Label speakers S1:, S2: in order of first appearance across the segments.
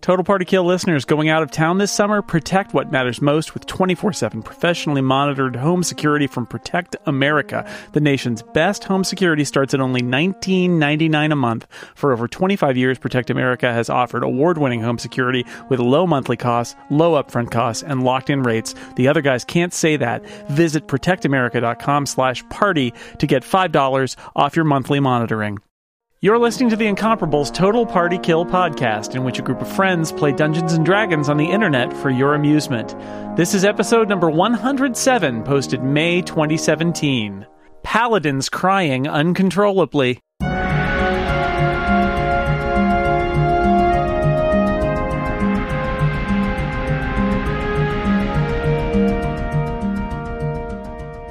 S1: Total Party Kill listeners going out of town this summer, protect what matters most with 24 7 professionally monitored home security from Protect America. The nation's best home security starts at only $19.99 a month. For over 25 years, Protect America has offered award winning home security with low monthly costs, low upfront costs, and locked in rates. The other guys can't say that. Visit protectamerica.com slash party to get $5 off your monthly monitoring. You're listening to the Incomparables Total Party Kill podcast, in which a group of friends play Dungeons and Dragons on the internet for your amusement. This is episode number 107, posted May 2017. Paladins crying uncontrollably.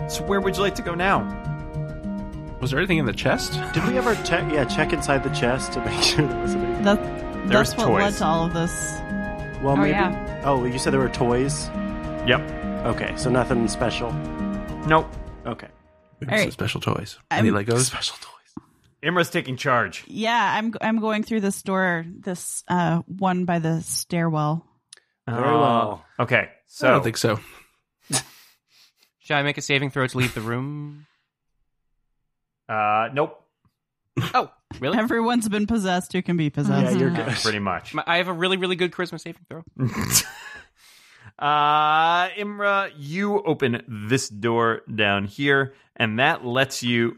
S1: So, where would you like to go now? Was there anything in the chest?
S2: Did we ever check? Yeah, check inside the chest to make sure there wasn't anything.
S3: That,
S1: There's
S3: that's what
S1: toys.
S3: led to all of this.
S2: Well,
S4: Oh,
S2: maybe.
S4: yeah.
S2: Oh, you said there were toys.
S1: Yep.
S2: Okay, so nothing special.
S1: Nope.
S2: Okay.
S5: Maybe
S3: All
S5: some
S3: right.
S5: special toys. Any Legos? Special toys.
S6: Imra's taking charge.
S3: Yeah, I'm I'm going through the store. This uh, one by the stairwell.
S2: Very
S6: Uh.
S2: well.
S6: Okay, so
S5: I don't think so.
S7: Should I make a saving throw to leave the room?
S6: uh, nope,
S7: Oh, really?
S3: Everyone's been possessed who can be
S2: Yeah,
S3: possessed.
S2: you're good.
S6: pretty much.
S7: My- I have a really, really good charisma saving throw.
S6: uh, Imra, you open this door down here, and that lets you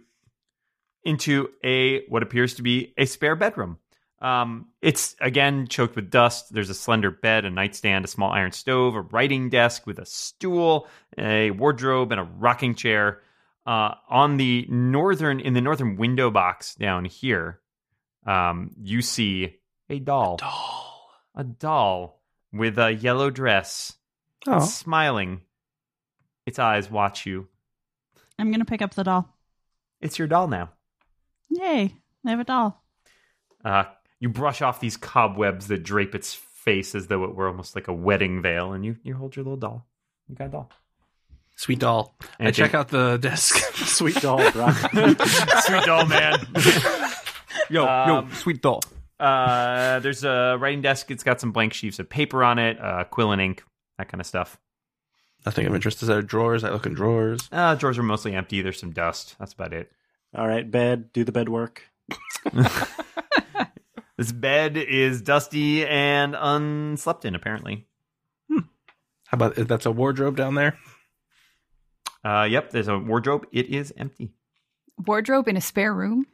S6: into a what appears to be a spare bedroom. Um, it's again choked with dust. There's a slender bed, a nightstand, a small iron stove, a writing desk with a stool, a wardrobe, and a rocking chair. Uh, on the northern, in the northern window box down here, um, you see a doll
S5: Doll.
S6: a doll with a yellow dress
S5: Oh.
S6: It's smiling. Its eyes watch you.
S3: I'm gonna pick up the doll.
S6: It's your doll now.
S3: Yay! I have a doll.
S6: Uh, you brush off these cobwebs that drape its face as though it were almost like a wedding veil, and you, you hold your little doll. You got a doll.
S5: Sweet doll. I
S6: Anything-
S5: check out the desk. Sweet doll.
S2: Doll, right?
S6: Sweet doll, man.
S5: Yo,
S6: Um,
S5: yo, sweet doll.
S6: uh, there's a writing desk. It's got some blank sheaves of paper on it, uh, quill and ink, that kind of stuff.
S5: Nothing of interest. Is there drawers? I look in drawers.
S6: Uh, drawers are mostly empty. There's some dust. That's about it.
S2: All right, bed. Do the bed work.
S6: This bed is dusty and unslept in, apparently.
S5: How about that's a wardrobe down there?
S6: Uh, yep, there's a wardrobe. It is empty.
S4: Wardrobe in a spare room?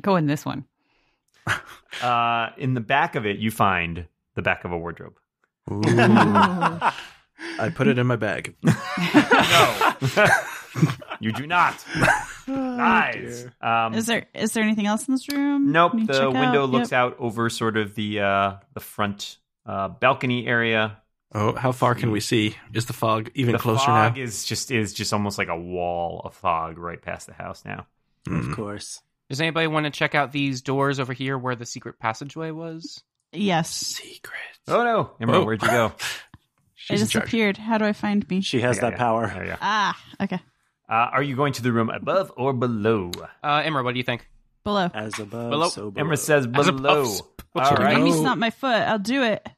S4: Go in this one.
S6: Uh, in the back of it, you find the back of a wardrobe.
S5: I put it in my bag.
S6: No, you do not. Lies. Um,
S3: Is there is there anything else in this room?
S6: Nope.
S3: Need to
S6: The
S3: check
S6: window
S3: out?
S6: looks
S3: Yep.
S6: out over sort of the uh, the front uh, balcony area.
S5: Oh, how far can we see? Is the fog even
S6: The
S5: closer
S6: fog
S5: now?
S6: is just is just almost like a wall of fog right past the house now.
S2: Of
S6: Mm-hmm.
S5: Mm.
S2: course.
S7: Does anybody want to check out these doors over here where the secret passageway was?
S3: Yes,
S5: Secret.
S6: Oh no, Emerald,
S5: Oh.
S6: where'd you go?
S3: it
S5: She's in charge.
S3: disappeared. How do I find me?
S2: She has
S6: Yeah,
S2: that
S6: yeah.
S2: power.
S6: There you go.
S3: Ah, okay.
S6: Uh, are you going to the room above or below?
S7: Uh, Emra, what do you think?
S3: Below.
S2: As above,
S7: Below.
S2: so below.
S6: Emerald says
S7: As a-
S6: below.
S7: Oops.
S6: All
S5: your
S6: right.
S3: Let me
S5: Oh.
S3: snap my foot. I'll do it.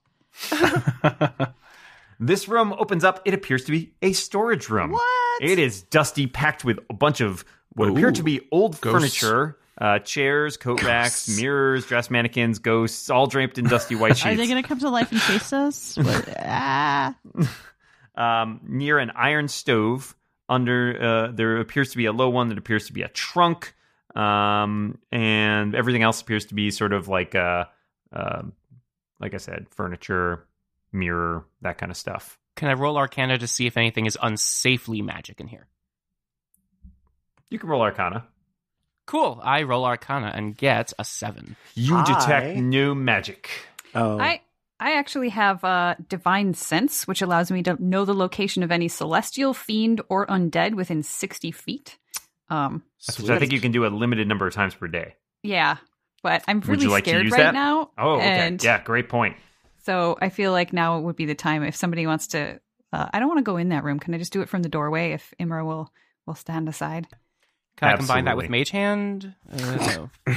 S6: This room opens up. It appears to be a storage room.
S3: What?
S6: It is dusty, packed with a bunch of what appear
S5: Ooh.
S6: to be old
S5: Ghosts.
S6: furniture. Uh, chairs, coat racks, mirrors, dress mannequins, ghosts, all draped in dusty white sheets.
S3: Are they gonna come to life and chase us? What- ah,
S6: um, near an iron stove, under uh, there appears to be a low one that appears to be a trunk, um, and everything else appears to be sort of like, uh, uh, like I said, furniture, mirror, that kind of stuff.
S7: Can I roll Arcana to see if anything is unsafely magic in here?
S6: You can roll Arcana.
S7: Cool. I roll Arcana and get a seven.
S6: You detect
S2: I-
S6: new magic.
S2: Oh,
S4: I I actually have uh, divine sense, which allows me to know the location of any celestial, fiend, or undead within sixty feet. Um,
S6: Which I think you can do a limited number of times per day.
S4: yeah, but I'm
S6: Would
S4: really
S6: you like to
S4: scared
S6: use
S4: right
S6: that?
S4: now.
S6: Oh, okay.
S4: and
S6: yeah, great point.
S4: So I feel like now would be the time if somebody wants to. Uh, I don't want to go in that room. Can I just do it from the doorway? If Imra will will stand aside.
S7: Can I combine that with
S6: Absolutely.
S7: Mage Hand? Uh, no.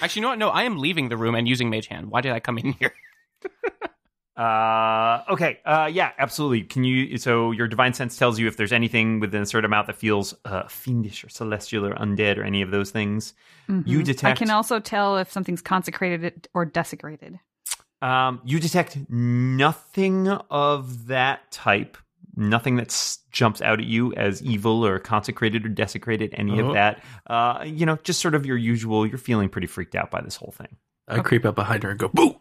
S7: Actually, you know what? No, I am leaving the room and using Mage Hand. Why did I come in here?
S6: Uh, okay. Uh, yeah, absolutely. Can you? So your divine sense tells you if there's anything within a certain amount that feels uh, fiendish or celestial or undead or any of those things. You
S4: Mm-hmm. I
S6: detect.
S4: can also tell if something's consecrated or desecrated.
S6: Um, you detect nothing of that type. Nothing that s- jumps out at you as evil or consecrated or desecrated. Any
S5: Oh.
S6: of that. Uh, you know, just sort of your usual. You're feeling pretty freaked out by this whole thing.
S5: I creep up behind her and go, boo!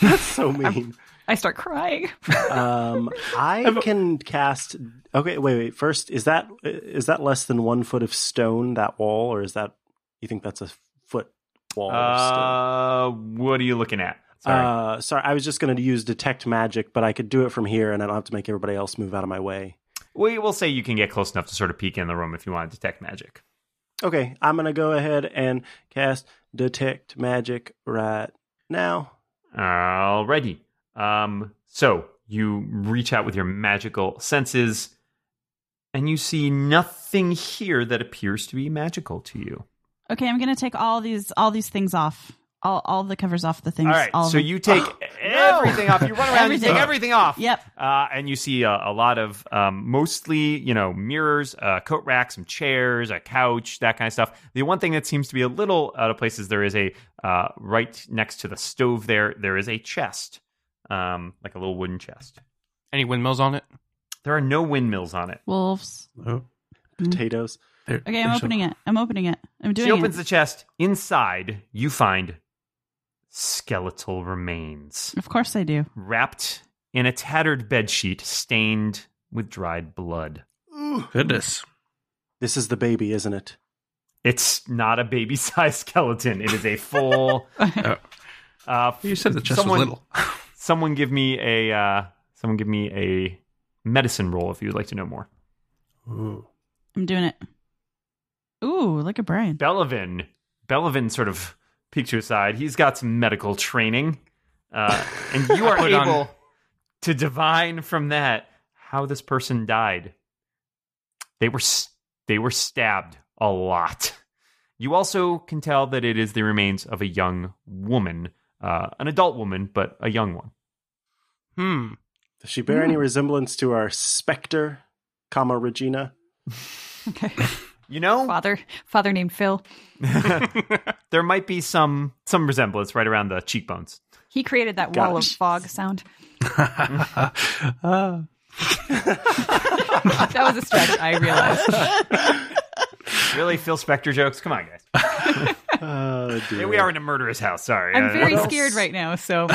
S2: That's so mean.
S4: I start crying.
S2: Um, I can cast. Okay, wait, wait. First, is that is that less than one foot of stone that wall, or is that you think that's a foot wall? of
S6: Uh, what are you looking at?
S2: stone?
S6: Sorry.
S2: Uh, sorry, I was just going to use detect magic, but I could do it from here, and I don't have to make everybody else move out of my way.
S6: we will say you can get close enough to sort of peek in the room if you want to detect magic.
S2: Okay, I'm going to go ahead and cast detect magic right now.
S6: Alrighty. Um, so you reach out with your magical senses, and you see nothing here that appears to be magical to you.
S3: Okay, I'm gonna take all these all these things off. All all the covers off the things.
S6: All right,
S3: all of
S6: so
S3: them.
S6: you take everything off. You run around, you take everything
S3: Everything.
S6: off.
S3: Yep.
S6: Uh, and you see a, a lot of um, mostly, you know, mirrors, uh, coat racks, some chairs, a couch, that kind of stuff. The one thing that seems to be a little out of place is there is a uh, right next to the stove. There, there is a chest, um, like a little wooden chest.
S7: Any windmills on it?
S6: There are no windmills on it.
S3: Wolves.
S5: Oh,
S2: Potatoes.
S5: there-
S3: Okay, I'm
S5: there's a-
S3: opening it. I'm opening it. I'm doing
S6: She opens
S3: it.
S6: the chest. Inside, you find skeletal remains
S3: of course I do.
S6: wrapped in a tattered bedsheet stained with dried blood.
S5: Goodness.
S2: This is the baby, isn't it?
S6: It's not a baby sized skeleton. It is a full. uh,
S5: Oh. You said the chest
S6: Someone-
S5: was little.
S6: someone give me a uh, someone give me a medicine roll if you would like to know more.
S3: I'm doing it. Ooh, look at Brian.
S6: Bellavin. Bellavin sort of peeks to his side. He's got some medical training, uh, and you are
S7: Put on-
S6: able to divine from that how this person died. They were s- they were stabbed a lot. You also can tell that it is the remains of a young woman, uh, an adult woman, but a young one.
S7: Hmm.
S2: Does she bear any resemblance to our specter, comma Regina?
S6: You know,
S4: Father, father named Phil.
S6: there might be some some resemblance right around the cheekbones.
S4: He created that
S2: Got
S4: wall
S2: it.
S4: of fog sound.
S5: Ah.
S4: That was a stretch. I realized.
S6: Really, Phil Spector jokes? Come on, guys.
S2: Oh, dear.
S6: Yeah, we are in a murderer's house. Sorry,
S4: I'm
S6: Uh,
S4: very
S2: else?
S4: scared right now. So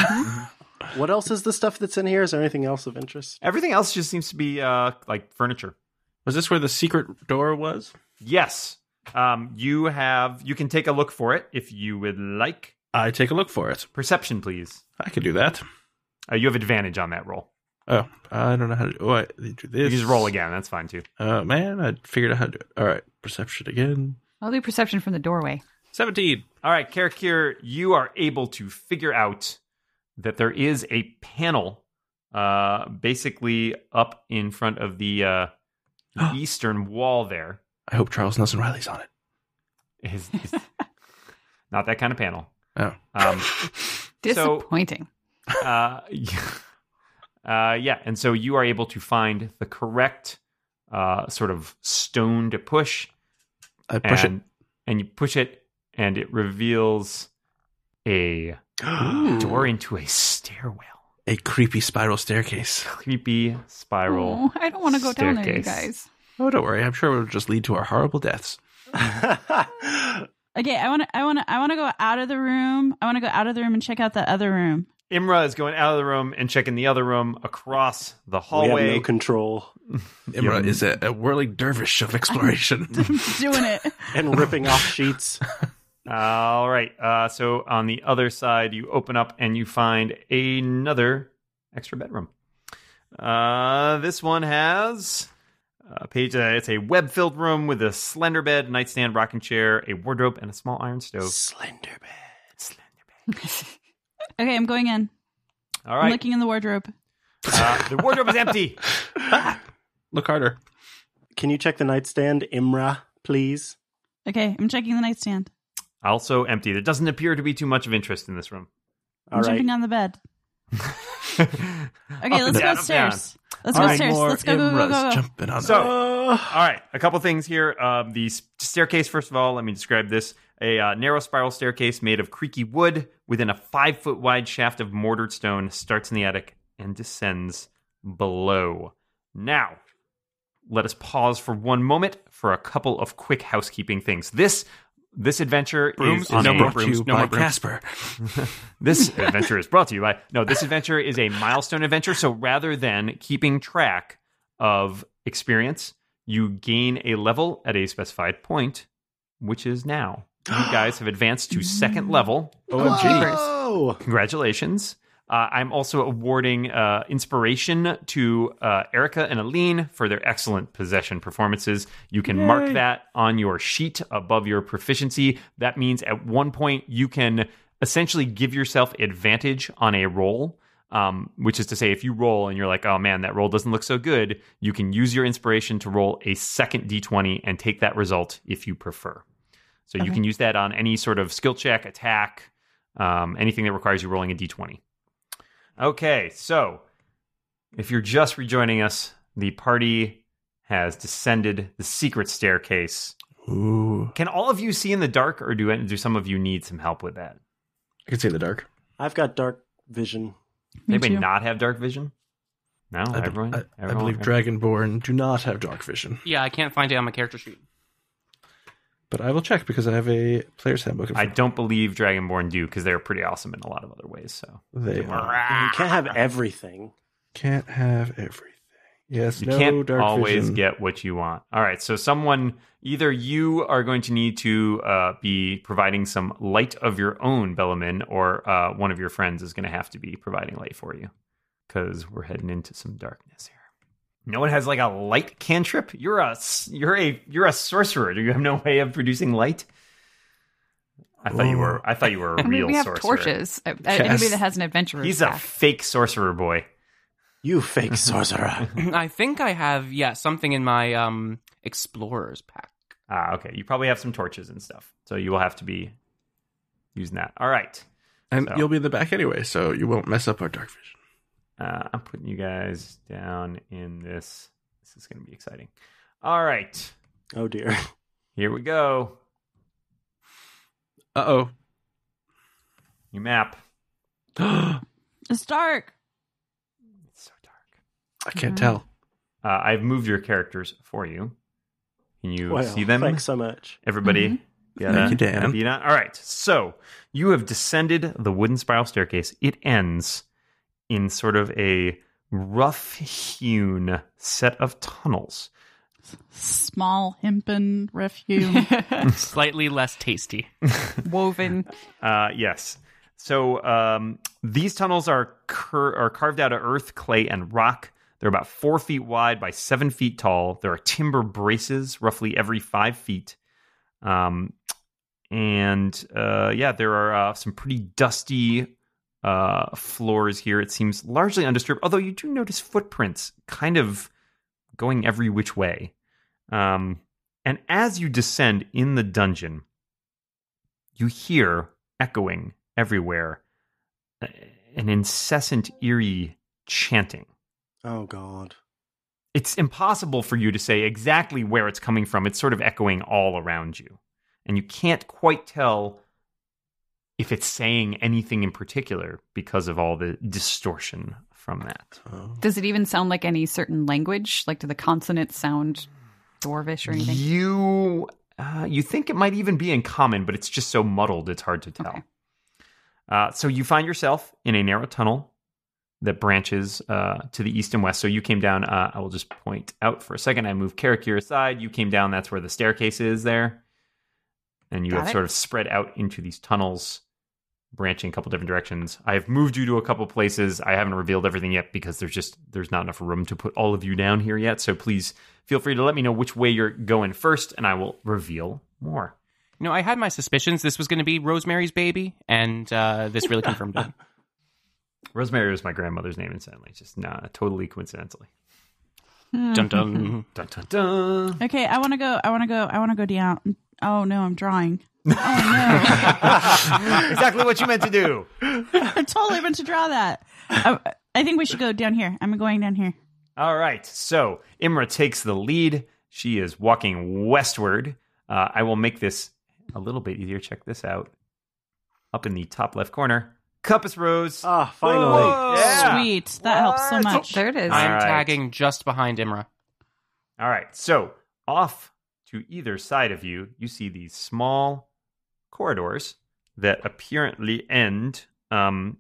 S2: What else is the stuff that's in here? Is there anything else of interest?
S6: Everything else just seems to be uh, like furniture.
S5: was this where the secret door was?
S6: Yes. Um, you have. You can take a look for it if you would like.
S5: I take a look for it.
S6: Perception, please.
S5: I could do that.
S6: Uh, you have advantage on that roll.
S5: Oh, I don't know how to do, oh, I, they do
S6: You
S5: this.
S6: just roll again. That's fine too.
S5: Uh, man, I figured out how to do it. All right, perception again.
S4: I'll do perception from the doorway.
S5: 17.
S6: All right, Karakir, you are able to figure out that there is a panel, uh, basically up in front of the uh, eastern wall. There
S5: I hope Charles Nelson Riley's on it.
S6: is, is not that kind of panel.
S5: Oh.
S6: Um, So-
S4: Disappointing.
S6: uh, uh, yeah, and so you are able to find the correct uh, sort of stone to push,
S5: I push
S6: and, and you push it, and it reveals a
S5: Ooh.
S6: door into a stairwell,
S5: it. A creepy spiral staircase.
S6: creepy spiral.
S4: Oh, I don't want to go down there, you
S6: Staircase.
S4: guys.
S5: Oh, don't worry. I'm sure it'll just lead to our horrible deaths.
S3: Okay, I wanna I wanna I wanna go out of the room. I wanna go out of the room and check out that other room.
S6: Imra is going out of the room and checking the other room across the
S2: We
S6: hallway.
S2: have no control
S5: Imra is a, a whirling dervish of exploration.
S3: I'm doing it.
S2: and ripping off sheets.
S6: All right. Uh, so on the other side, you open up and you find another extra bedroom. Uh, this one has a page. Uh, it's a web-filled room with a slender bed, nightstand, rocking chair, a wardrobe, and a small iron stove.
S2: Slender bed.
S3: Okay, I'm going in.
S6: All
S3: I'm
S6: right.
S3: looking in the wardrobe.
S6: Uh, the wardrobe is empty.
S5: Look harder.
S2: Can you check the nightstand, Imra, please?
S3: Okay, I'm checking the nightstand.
S6: Also empty. There doesn't appear to be too much of interest in this room.
S3: I'm
S2: All right.
S3: jumping on the bed. Okay, let's go
S6: down,
S3: upstairs. Let's
S2: All
S3: go
S2: right,
S3: upstairs.
S2: more
S3: Let's go, go, go, go, go.
S5: jumping on
S6: So-
S5: us.
S6: All right, a couple things here. Um, the s- staircase, first of all, let me describe this: a uh, narrow spiral staircase made of creaky wood, within a five-foot wide shaft of mortared stone, starts in the attic and descends below. Now, let us pause for one moment for a couple of quick housekeeping things. This this adventure
S5: brooms,
S6: is on
S5: no
S6: a-
S5: more
S7: brooms,
S5: brooms,
S7: no
S5: no
S7: more
S5: more
S7: brooms.
S5: Casper.
S6: this adventure is brought to you by no this adventure is a milestone adventure so rather than keeping track of experience you gain a level at a specified point which is now you guys have advanced to second level
S2: OMG.
S6: congratulations uh, i'm also awarding uh, inspiration to uh, erica and aline for their excellent possession performances you can mark that on your sheet above your proficiency that means at one point you can essentially give yourself advantage on a roll um, which is to say if you roll and you're like oh man that roll doesn't look so good you can use your inspiration to roll a second d20 and take that result if you prefer so you
S3: Okay.
S6: can use that on any sort of skill check attack um, anything that requires you rolling a d20. Okay, so if you're just rejoining us, the party has descended the secret staircase.
S5: Ooh,
S6: Can all of you see in the dark, or do do some of you need some help with that?
S5: I can see in the dark.
S2: I've got dark vision.
S3: Me
S6: Anybody
S3: too.
S6: not have dark vision? No,
S5: I, be-
S6: everyone.
S5: I, I
S6: everyone-
S5: believe Dragonborn do not have dark vision,
S7: Yeah, I can't find it on my character sheet.
S5: but I will check because I have a player's handbook. in
S6: I
S5: front
S6: don't believe Dragonborn do because they're pretty awesome in a lot of other ways. So
S5: of me. They
S6: don't-
S5: are-
S2: You can't have everything.
S5: can't have everything. Yes,
S6: You
S5: no
S6: can't
S5: dark
S6: always
S5: vision.
S6: get what you want. All right, so someone, either you are going to need to uh, be providing some light of your own, Bellamin, or uh, one of your friends is going to have to be providing light for you because we're heading into some darkness here. No one has like a light cantrip. You're a s- you're a you're a sorcerer. Do you have no way of producing light? I thought you were. I thought you were a
S4: I mean,
S6: real
S4: we have
S6: sorcerer.
S4: torches. Uh, uh, Anybody
S5: Yes.
S4: that has an adventurer.
S6: He's a
S4: pack.
S6: fake sorcerer boy.
S2: You fake sorcerer.
S7: I think I have yeah something in my um explorer's pack.
S6: Ah, okay. You probably have some torches and stuff, so you will have to be using that. All right.
S5: and
S6: so.
S5: you'll be in the back anyway, so you won't mess up our dark vision.
S6: Uh, I'm putting you guys down in this. This is going to be exciting. All right.
S2: oh dear.
S6: Here we go.
S5: Uh
S6: Your map.
S5: oh,
S3: It's dark.
S6: It's so dark.
S5: I
S4: Mm.
S5: can't tell.
S6: Uh, I've moved your characters for you. Can you
S2: Wow,
S6: see them?
S2: Thanks so much.
S6: Everybody. Yeah,
S5: Mm-hmm. Thank you, Dan.
S6: gotta be down. All right. So you have descended the wooden spiral staircase. It ends in sort of a rough hewn set of tunnels.
S3: Small hempen refuge.
S7: Slightly less tasty.
S4: woven.
S6: Uh, yes. So um, these tunnels are cur- are carved out of earth, clay, and rock. They're about four feet wide by seven feet tall. There are timber braces roughly every five feet. Um, and uh, yeah, there are uh, some pretty dusty uh, floors here. It seems largely undisturbed, although you do notice footprints kind of going every which way. Um, and as you descend in the dungeon, you hear echoing everywhere uh, an incessant, eerie chanting.
S2: Oh god.
S6: It's impossible for you to say exactly where it's coming from. It's sort of echoing all around you. And you can't quite tell if it's saying anything in particular because of all the distortion from that.
S5: Oh.
S4: Does it even sound like any certain language? Like, do the consonants sound dwarvish or anything?
S6: You uh, you think it might even be in common, but it's just so muddled it's hard to tell.
S4: Okay.
S6: Uh, so you find yourself in a narrow tunnel that branches uh, to the east and west. So you came down. Uh, I will just point out for a second. I moved Karakir aside. You came down. That's where the staircase is there, and you
S4: Got
S6: have
S4: it.
S6: sort of spread out into these tunnels. Branching a couple different directions. I have moved you to a couple places. I haven't revealed everything yet because there's just there's not enough room to put all of you down here yet. So please feel free to let me know which way you're going first, and I will reveal more.
S7: You know, I had my suspicions this was going to be Rosemary's Baby, and uh, this really confirmed it.
S6: Rosemary was my grandmother's name, incidentally, just not totally coincidentally.
S7: dun dun.
S6: Dun dun dun.
S3: okay, I want to go. I want to go. I want to go down. Oh no, I'm drawing. Oh no.
S6: exactly what you meant to do.
S3: I totally meant to draw that. I, I think we should go down here. I'm going down here.
S6: All right. So Imra takes the lead. She is walking westward. Uh, I will make this a little bit easier. Check this out. Up in the top left corner, Compass Rose.
S2: Ah, finally.
S5: Oh,
S6: Whoa. Yeah.
S3: Sweet. That helps so
S6: What?
S3: much.
S4: There it is.
S6: All
S7: I'm
S6: right.
S7: tagging just behind Imra.
S6: All right. So off to either side of you, you see these small corridors that apparently end um,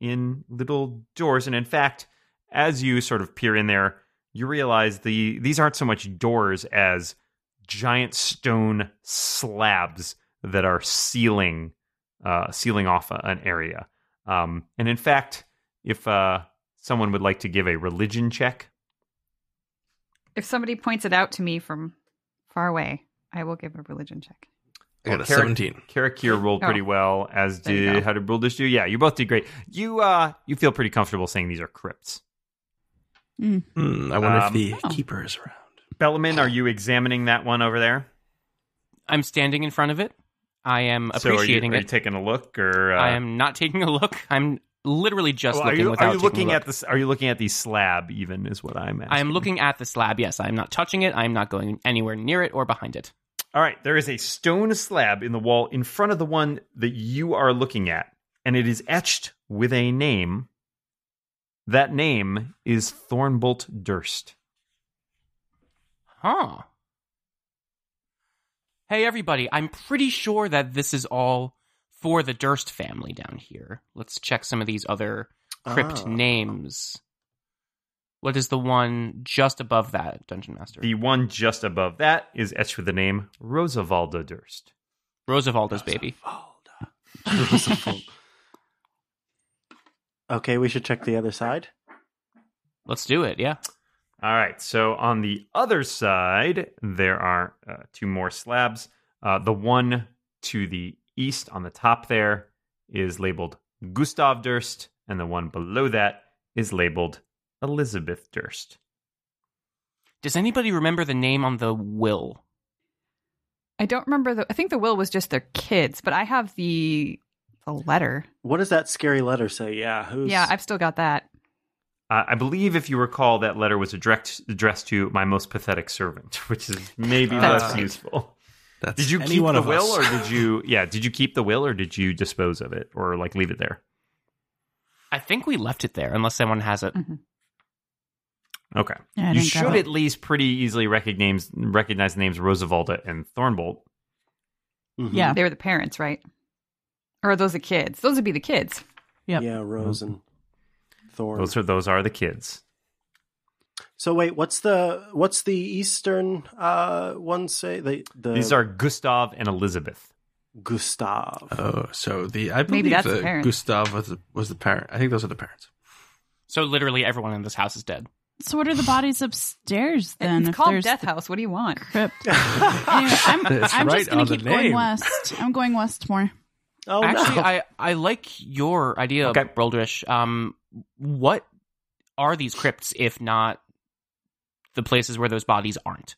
S6: in little doors. And in fact, as you sort of peer in there, you realize the these aren't so much doors as giant stone slabs that are sealing uh, sealing off a- an area. Um, and in fact, if uh, someone would like to give a religion check,
S4: If somebody points it out to me from far away, I will give a religion check.
S5: I got a
S6: Carrick-
S5: 17.
S6: Karakir rolled
S4: Oh.
S6: pretty well, as
S4: There you
S6: did
S4: go.
S6: how did Bruldish do? Yeah, you both did great. You uh you feel pretty comfortable saying these are crypts.
S5: Hmm, I wonder
S6: Um,
S5: if the
S3: Oh.
S5: keeper is around.
S6: Bellamin, are you examining that one over there?
S7: I'm standing in front of it. I am
S6: So are you,
S7: appreciating
S6: are you
S7: it.
S6: taking a look or uh,
S7: I am not taking a look. I'm literally just
S6: Well, Oh, are
S7: looking
S6: you,
S7: without
S6: are you
S7: taking
S6: looking
S7: a look.
S6: at this are you looking at the slab even is what I'm asking.
S7: I am looking at the slab. Yes, I am not touching it. I am not going anywhere near it or behind it.
S6: All right, there is a stone slab in the wall in front of the one that you are looking at, and it is etched with a name. That name is Thornbolt Durst.
S7: Huh. Hey, everybody, I'm pretty sure that this is all for the Durst family down here. Let's check some of these other crypt
S2: Ah.
S7: names. What is the one just above that, Dungeon Master?
S6: The one just above that is etched with the name Rosavalda Durst.
S7: Roosevelt's baby.
S2: Roosevelt. okay, we should check the other side.
S7: Let's do it, yeah.
S6: All right. So on the other side, there are uh, two more slabs. Uh, the one to the east on the top there is labeled Gustav Durst, and the one below that is labeled Elizabeth Durst.
S7: Does anybody remember the name on the will?
S4: I don't remember the. I think the will was just their kids, but I have the the letter.
S2: What does that scary letter say? Yeah, who's
S4: Yeah, I've still got that.
S6: Uh, I believe, if you recall, that letter was addressed addressed to my most pathetic servant, which is maybe
S4: That's
S6: less
S4: right.
S6: useful.
S5: That's
S6: Did you
S5: any
S6: keep
S5: one
S6: the
S5: of
S6: will,
S5: us.
S6: or did you? Yeah, did you keep the will, or did you dispose of it, or like leave it there?
S7: I think we left it there, unless someone has it.
S6: Okay,
S3: Yeah, I
S6: you
S3: didn't grab
S6: should
S3: it.
S6: at least pretty easily recognize recognize the names Roosevelta and Thornbolt.
S2: Mhm.
S3: Yeah.
S4: They were the parents, right? Or are those the kids? Those would be the kids.
S3: Yep.
S2: yeah, Rose and Thorn.
S6: Those are those are the kids.
S2: so wait, what's the what's the eastern uh one say? The the
S5: Uh,
S6: These are Gustav and Elizabeth.
S2: Gustav.
S5: Oh, so the I believe
S4: Maybe that's
S5: the
S4: the parent.
S5: Gustav was the, was the parent. I think those are the parents.
S7: So literally everyone in this house is dead.
S3: So what are the bodies upstairs then?
S4: it's
S3: if
S4: called
S3: there's
S4: Death
S3: the
S4: House. What do you want?
S3: Crypt. Anyway,
S2: Oh,
S3: I'm,
S5: It's
S3: I'm
S5: right
S3: just gonna
S5: on the
S3: keep going
S5: name.
S3: west. I'm going west more.
S2: oh
S7: Actually,
S2: no.
S7: I, I like your idea,
S6: Okay.
S7: Baldrish. Um, what are these crypts if not the places where those bodies aren't?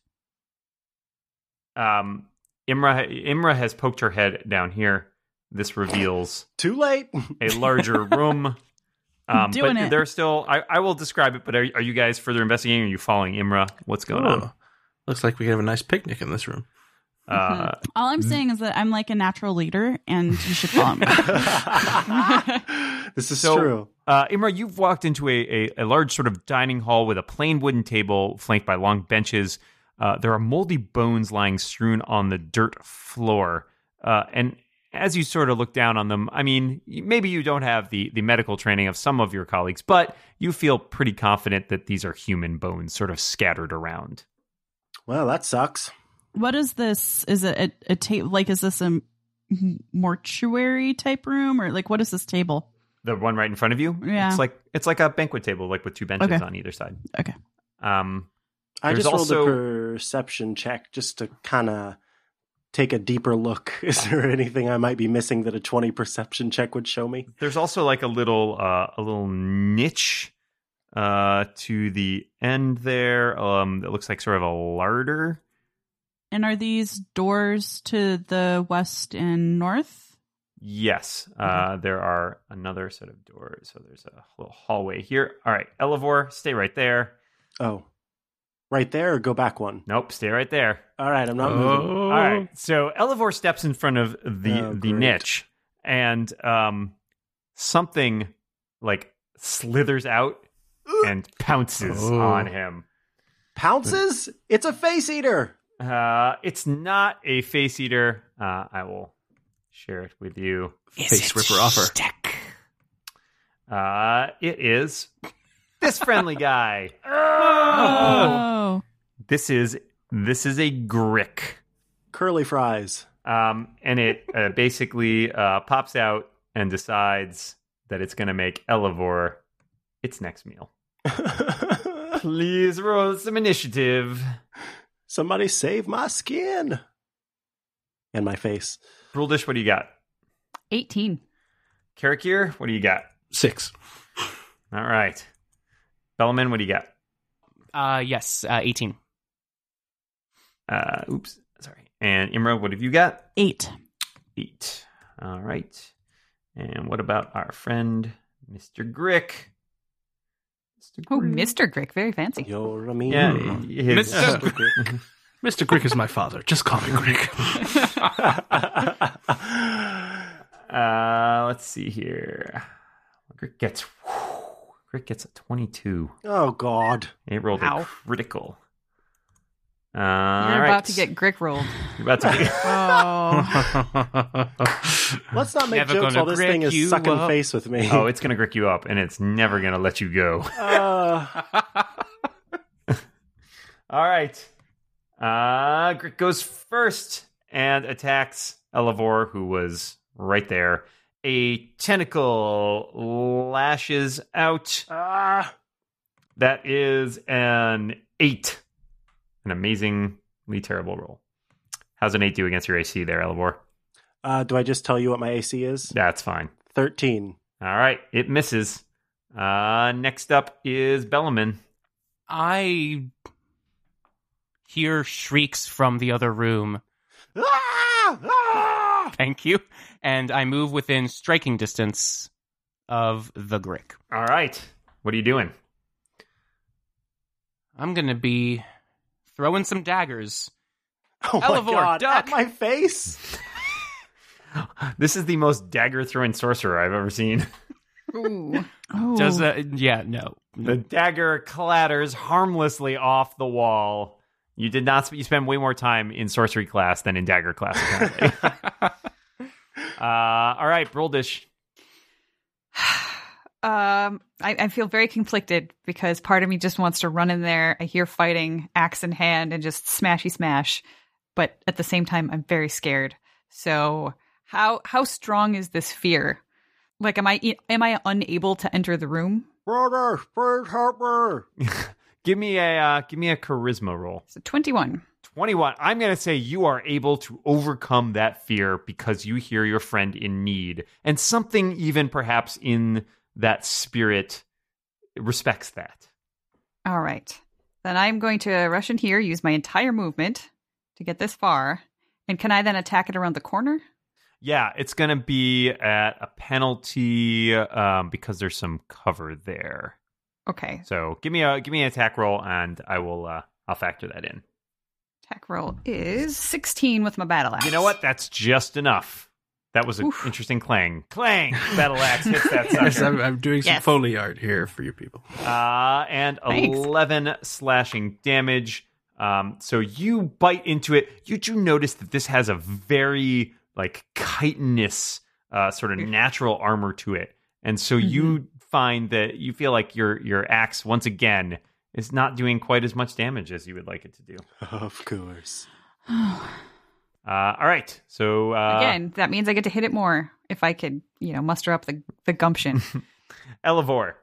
S6: Um, Imra Imra has poked her head down here. This reveals
S2: Too late.
S6: a larger room. Um,
S3: Doing
S6: but
S3: it.
S6: they're still. I, I will describe it. But are, are you guys further investigating? Are you following Imra? What's going on?
S5: Oh, looks like we could have a nice picnic in this room.
S6: Uh,
S3: All I'm saying is that I'm like a natural leader, and you should follow me.
S2: this is
S6: So-
S2: true.
S6: uh, Imra, you've walked into a, a, a large sort of dining hall with a plain wooden table flanked by long benches. Uh, there are moldy bones lying strewn on the dirt floor. Uh, and as you sort of look down on them, I mean, y- maybe you don't have the, the medical training of some of your colleagues, but you feel pretty confident that these are human bones sort of scattered around.
S2: Well, that sucks.
S3: what is this? Is it a, a tape? Like, is this a mortuary type room, or like what is this table?
S6: The one right in front of you?
S3: Yeah.
S6: It's like it's like a banquet table, like with two benches
S3: Okay.
S6: on either side.
S3: Okay.
S6: Um,
S2: I
S6: There's
S2: just
S6: also-
S2: rolled a perception check just to kind of take a deeper look. Is there anything I might be missing that a 20 perception check would show me?
S6: There's also like a little uh, a little niche uh, to the end there um, that looks like sort of a larder.
S3: And are these doors to the west and north?
S6: Yes, uh,
S2: Mm-hmm.
S6: there are another set of doors. So there's a little hallway here. All right, Elevore, stay right there.
S2: Oh, right there. Or go back one.
S6: Nope, stay right there.
S2: All right, I'm
S5: Oh.
S2: not moving.
S6: All right, so Elevore steps in front of the
S2: Oh,
S6: the
S2: great.
S6: niche, and um, something like slithers out and pounces
S5: Oh.
S6: on him.
S2: Pounces? It's a face eater.
S6: Uh, it's not a face eater. Uh, I will share it with you.
S5: Face ripper offer.
S6: Uh, it is this friendly guy.
S3: Oh.
S6: This is this is a grick.
S2: Curly fries.
S6: Um, and it uh, basically uh, pops out and decides that it's going to make Elevore its next meal. Please roll some initiative.
S2: Somebody save my skin and my face.
S6: Bruldish, what do you got?
S4: 18.
S6: Karakir, what do you got?
S5: Six.
S6: All right. Bellman, what do you got?
S7: Uh, yes, uh, 18.
S6: Uh, oops, sorry. And Imra, what have you got?
S3: Eight.
S6: Eight. All right. And what about our friend, Mr. Grick? Mr.
S4: Oh, Mr. Grick, very fancy.
S2: You're a mean.
S6: Yeah,
S5: Hmm.
S6: his-
S7: Mr.
S5: Mr. Grick is my father. Just call me Grick.
S6: Uh, let's see here. Grick gets Grick gets a twenty-two.
S2: oh God.
S6: It rolled a
S7: Ow.
S6: critical. Uh,
S4: You're about to get Grick rolled.
S6: You're about to get-
S7: Oh.
S2: Let's not make
S7: Never
S2: jokes
S7: gonna
S2: while this
S7: crack
S2: thing is
S7: you
S2: sucking
S7: up.
S2: face with me.
S6: oh, it's gonna Grick you up, and it's never gonna let you go.
S2: Uh,
S6: All right. Uh, Grick goes first and attacks Elevore, who was right there. A tentacle lashes out.
S2: ah.
S6: That is an eight. An amazingly terrible roll. How's an eight do against your AC there, Elevore?
S2: Uh, do I just tell you what my AC is?
S6: That's fine.
S2: 13.
S6: All right, it misses. Uh, next up is Bellaman.
S7: I hear shrieks from the other room.
S2: Ah! Ah!
S7: Thank you. And I move within striking distance of the Grick.
S6: All right, what are you doing?
S7: I'm going to be throwing some daggers.
S2: Oh my
S7: Elevore,
S2: God.
S7: duck.
S2: At my face.
S6: This is the most dagger throwing sorcerer I've ever seen.
S4: Ooh.
S3: Oh.
S7: Does that? Yeah, no.
S6: The dagger clatters harmlessly off the wall. You did not. Sp- you spend way more time in sorcery class than in dagger class. Apparently. uh, all right, Broldish.
S4: Um, I, I feel very conflicted because part of me just wants to run in there. I hear fighting, axe in hand, and just smashy smash. But at the same time, I'm very scared. So how how strong is this fear? Like, am I e, am I unable to enter the room?
S2: Brother, Bert Harper.
S6: Give me a uh, give me a charisma roll.
S4: So twenty one.
S6: 21. I'm going to say you are able to overcome that fear because you hear your friend in need. And something, even perhaps in that spirit, respects that.
S4: All right. Then I'm going to rush in here, use my entire movement to get this far. And can I then attack it around the corner?
S6: Yeah, it's going to be at a penalty um, because there's some cover there.
S4: Okay.
S6: So give me a give me an attack roll, and I will uh, I'll factor that in.
S4: Attack roll is 16 with my battle axe.
S6: You know what? That's just enough. That was an
S4: Oof.
S6: interesting clang. Clang! Battle axe hits that
S5: Yes,
S6: sucker.
S5: I'm, I'm doing some
S4: Yes.
S5: foley art here for you people.
S6: Uh, and
S4: Thanks.
S6: 11 slashing damage. Um, so you bite into it. You do notice that this has a very like chitinous uh, sort of
S2: Mm.
S6: natural armor to it, and so
S2: Mm-hmm.
S6: you find that you feel like your your axe once again is not doing quite as much damage as you would like it to do.
S2: Of course.
S6: Uh, all right, so uh,
S4: Again, that means I get to hit it more if I could, you know, muster up the, the gumption.
S6: Elevore,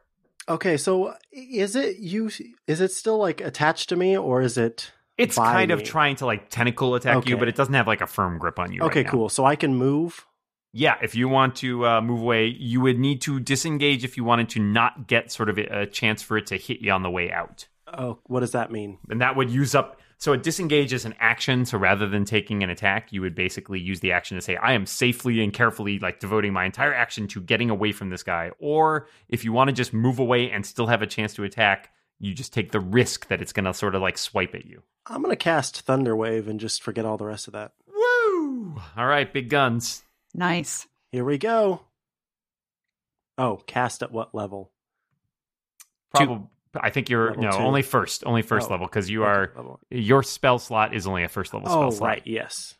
S2: Okay, so is it you? Is it still like attached to me, or is it?
S6: it's
S2: by
S6: kind
S2: me?
S6: of trying to like tentacle attack you,
S2: Okay.
S6: but it doesn't have like a firm grip on you. right
S2: Okay,
S6: now.
S2: cool. So I can move.
S6: Yeah, if you want to uh, move away, you would need to disengage if you wanted to not get sort of a, a chance for it to hit you on the way out.
S2: Oh, what does that mean?
S6: And that would use up So it disengages an action. So rather than taking an attack, you would basically use the action to say, I am safely and carefully like devoting my entire action to getting away from this guy. Or if you want to just move away and still have a chance to attack, you just take the risk that it's going to sort of like swipe at you.
S2: I'm gonna cast Thunder Wave and just forget all the rest of that.
S6: Woo! All right, big guns.
S4: Nice.
S2: Here we go. Oh, cast at what level?
S6: Probably, I think you're
S2: Level
S6: no
S2: two.
S6: only first, only first
S2: Oh.
S6: level because you
S2: Okay,
S6: are
S2: level.
S6: your spell slot is only a first level spell
S2: Oh,
S6: slot.
S2: right. Yes.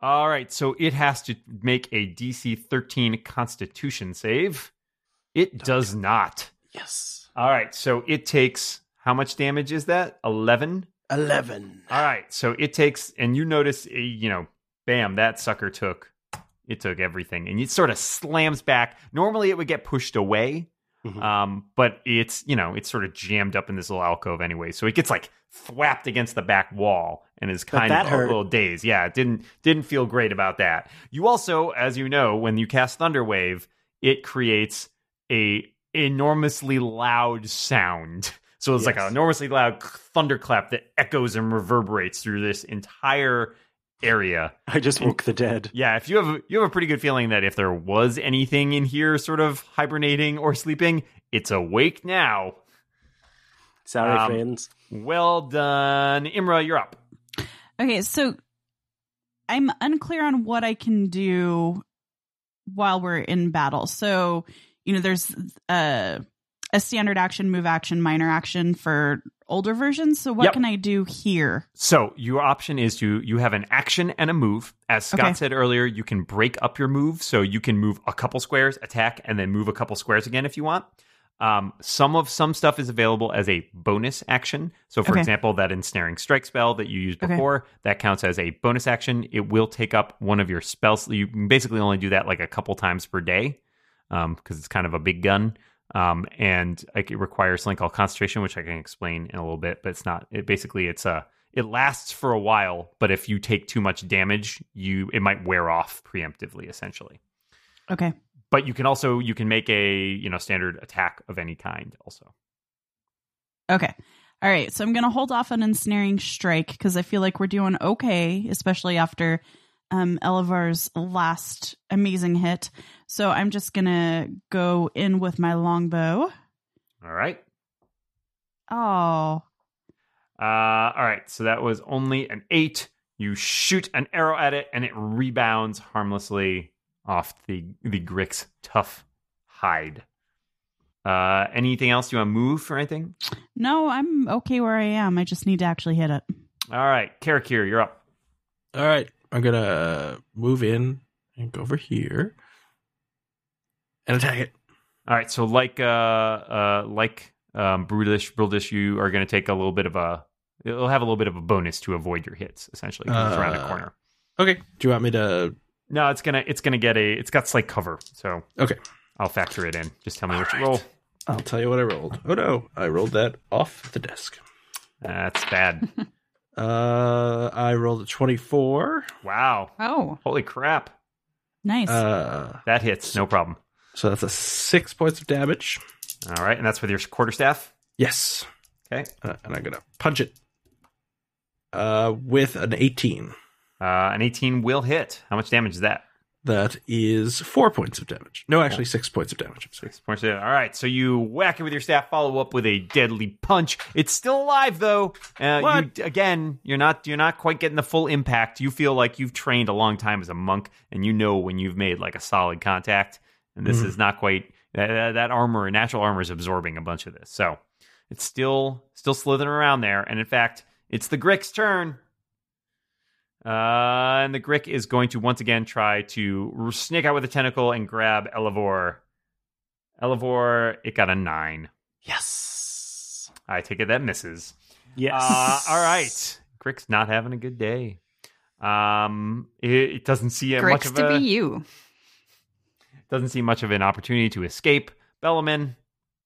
S6: All right, so it has to make a DC 13 Constitution save. It does not.
S2: Yes.
S6: All right, so it takes how much damage is that? 11.
S2: Eleven.
S6: All right, so it takes and you notice eh, you know, bam, that sucker took it took everything and it sort of slams back. Normally it would get pushed away,
S2: Mhm.
S6: um, but it's, you know, it's sort of jammed up in this little alcove anyway. So it gets like thwapped against the back wall and is kind
S2: that
S6: of a
S2: hurt.
S6: little dazed. Yeah, it didn't didn't feel great about that. You also, as you know, when you cast Thunderwave, it creates a enormously loud sound. So it's like
S2: Yes.
S6: an enormously loud thunderclap that echoes and reverberates through this entire area.
S2: I just woke the dead.
S6: Yeah, if you have you have a pretty good feeling that if there was anything in here sort of hibernating or sleeping, it's awake now.
S2: Sorry,
S6: Um,
S2: friends.
S6: Well done. Imra, you're up.
S3: Okay, so I'm unclear on what I can do while we're in battle. So, you know, there's a a standard action, move action, minor action for older versions. So, what
S6: Yep.
S3: can I do here?
S6: So your option is to you have an action and a move. As Scott
S3: Okay.
S6: said earlier, you can break up your move, so you can move a couple squares, attack, and then move a couple squares again if you want. Um, some of some stuff is available as a bonus action. So, for
S3: Okay.
S6: example, that ensnaring strike spell that you used
S3: Okay.
S6: before that counts as a bonus action. It will take up one of your spells. You can basically only do that like a couple times per day because it's kind of a big gun. Um, and like, it requires something called concentration, which I can explain in a little bit. But it's not. It basically it's a it lasts for a while, but if you take too much damage, you it might wear off preemptively, essentially.
S3: Okay.
S6: But you can also you can make a you know standard attack of any kind also.
S3: Okay. All right. So I'm going to hold off on ensnaring strike because I feel like we're doing okay, especially after um, Elevar's last amazing hit. So I'm just going to go in with my longbow.
S6: All right.
S3: Oh,
S6: Uh, all right. So that was only an eight. You shoot an arrow at it, and it rebounds harmlessly off the the Grick's tough hide. Uh, anything else you want to move or anything?
S3: no, I'm okay where I am. I just need to actually hit it.
S6: All right, Karakir, you're up.
S5: All right, I'm gonna move in and go over here and attack it.
S6: All right, so like uh, uh, like um, brutish, brutish, you are going to take a little bit of a. It'll have a little bit of a bonus to avoid your hits, essentially, 'cause it's around a
S5: Uh,
S6: corner.
S5: Okay. Do you want me to?
S6: No, it's gonna it's gonna get a. It's got slight cover, so
S5: Okay.
S6: I'll factor it in. Just tell me
S5: All
S6: which
S5: right.
S6: roll.
S5: I'll tell you what I rolled. Oh no, I rolled that off the desk.
S6: That's bad.
S5: Uh, I rolled a twenty-four.
S6: wow.
S4: Oh,
S6: Holy crap.
S3: Nice.
S5: Uh,
S6: That hits, no problem.
S5: so that's a six points of damage.
S6: All right, and that's with your quarterstaff.
S5: Yes.
S6: Okay.
S5: Uh, and I'm gonna punch it. Uh, with an eighteen.
S6: Uh, an 18 will hit. How much damage is that?
S5: That is four points of damage. No, actually, six points of damage. I'm sorry.
S6: Six points. All right, so you whack it with your staff, follow up with a deadly punch. It's still alive though. Uh,
S5: What?
S6: you, again, you're not you're not quite getting the full impact. You feel like you've trained a long time as a monk, and you know when you've made like a solid contact. And this
S5: Mhm.
S6: is not quite that, that, that armor. Natural armor is absorbing a bunch of this, so it's still still slithering around there. And in fact, it's the Grick's turn. Uh, and the Grick is going to once again try to r- sneak out with a tentacle and grab Elevor. Elevor, it got a nine.
S2: Yes.
S6: I take it that misses.
S2: Yes.
S6: Uh, all right. Grick's not having a good day. Um, it, it doesn't see a much
S4: Grix
S6: of
S4: to
S6: a
S4: be you.
S6: doesn't see much of an opportunity to escape. Bellaman,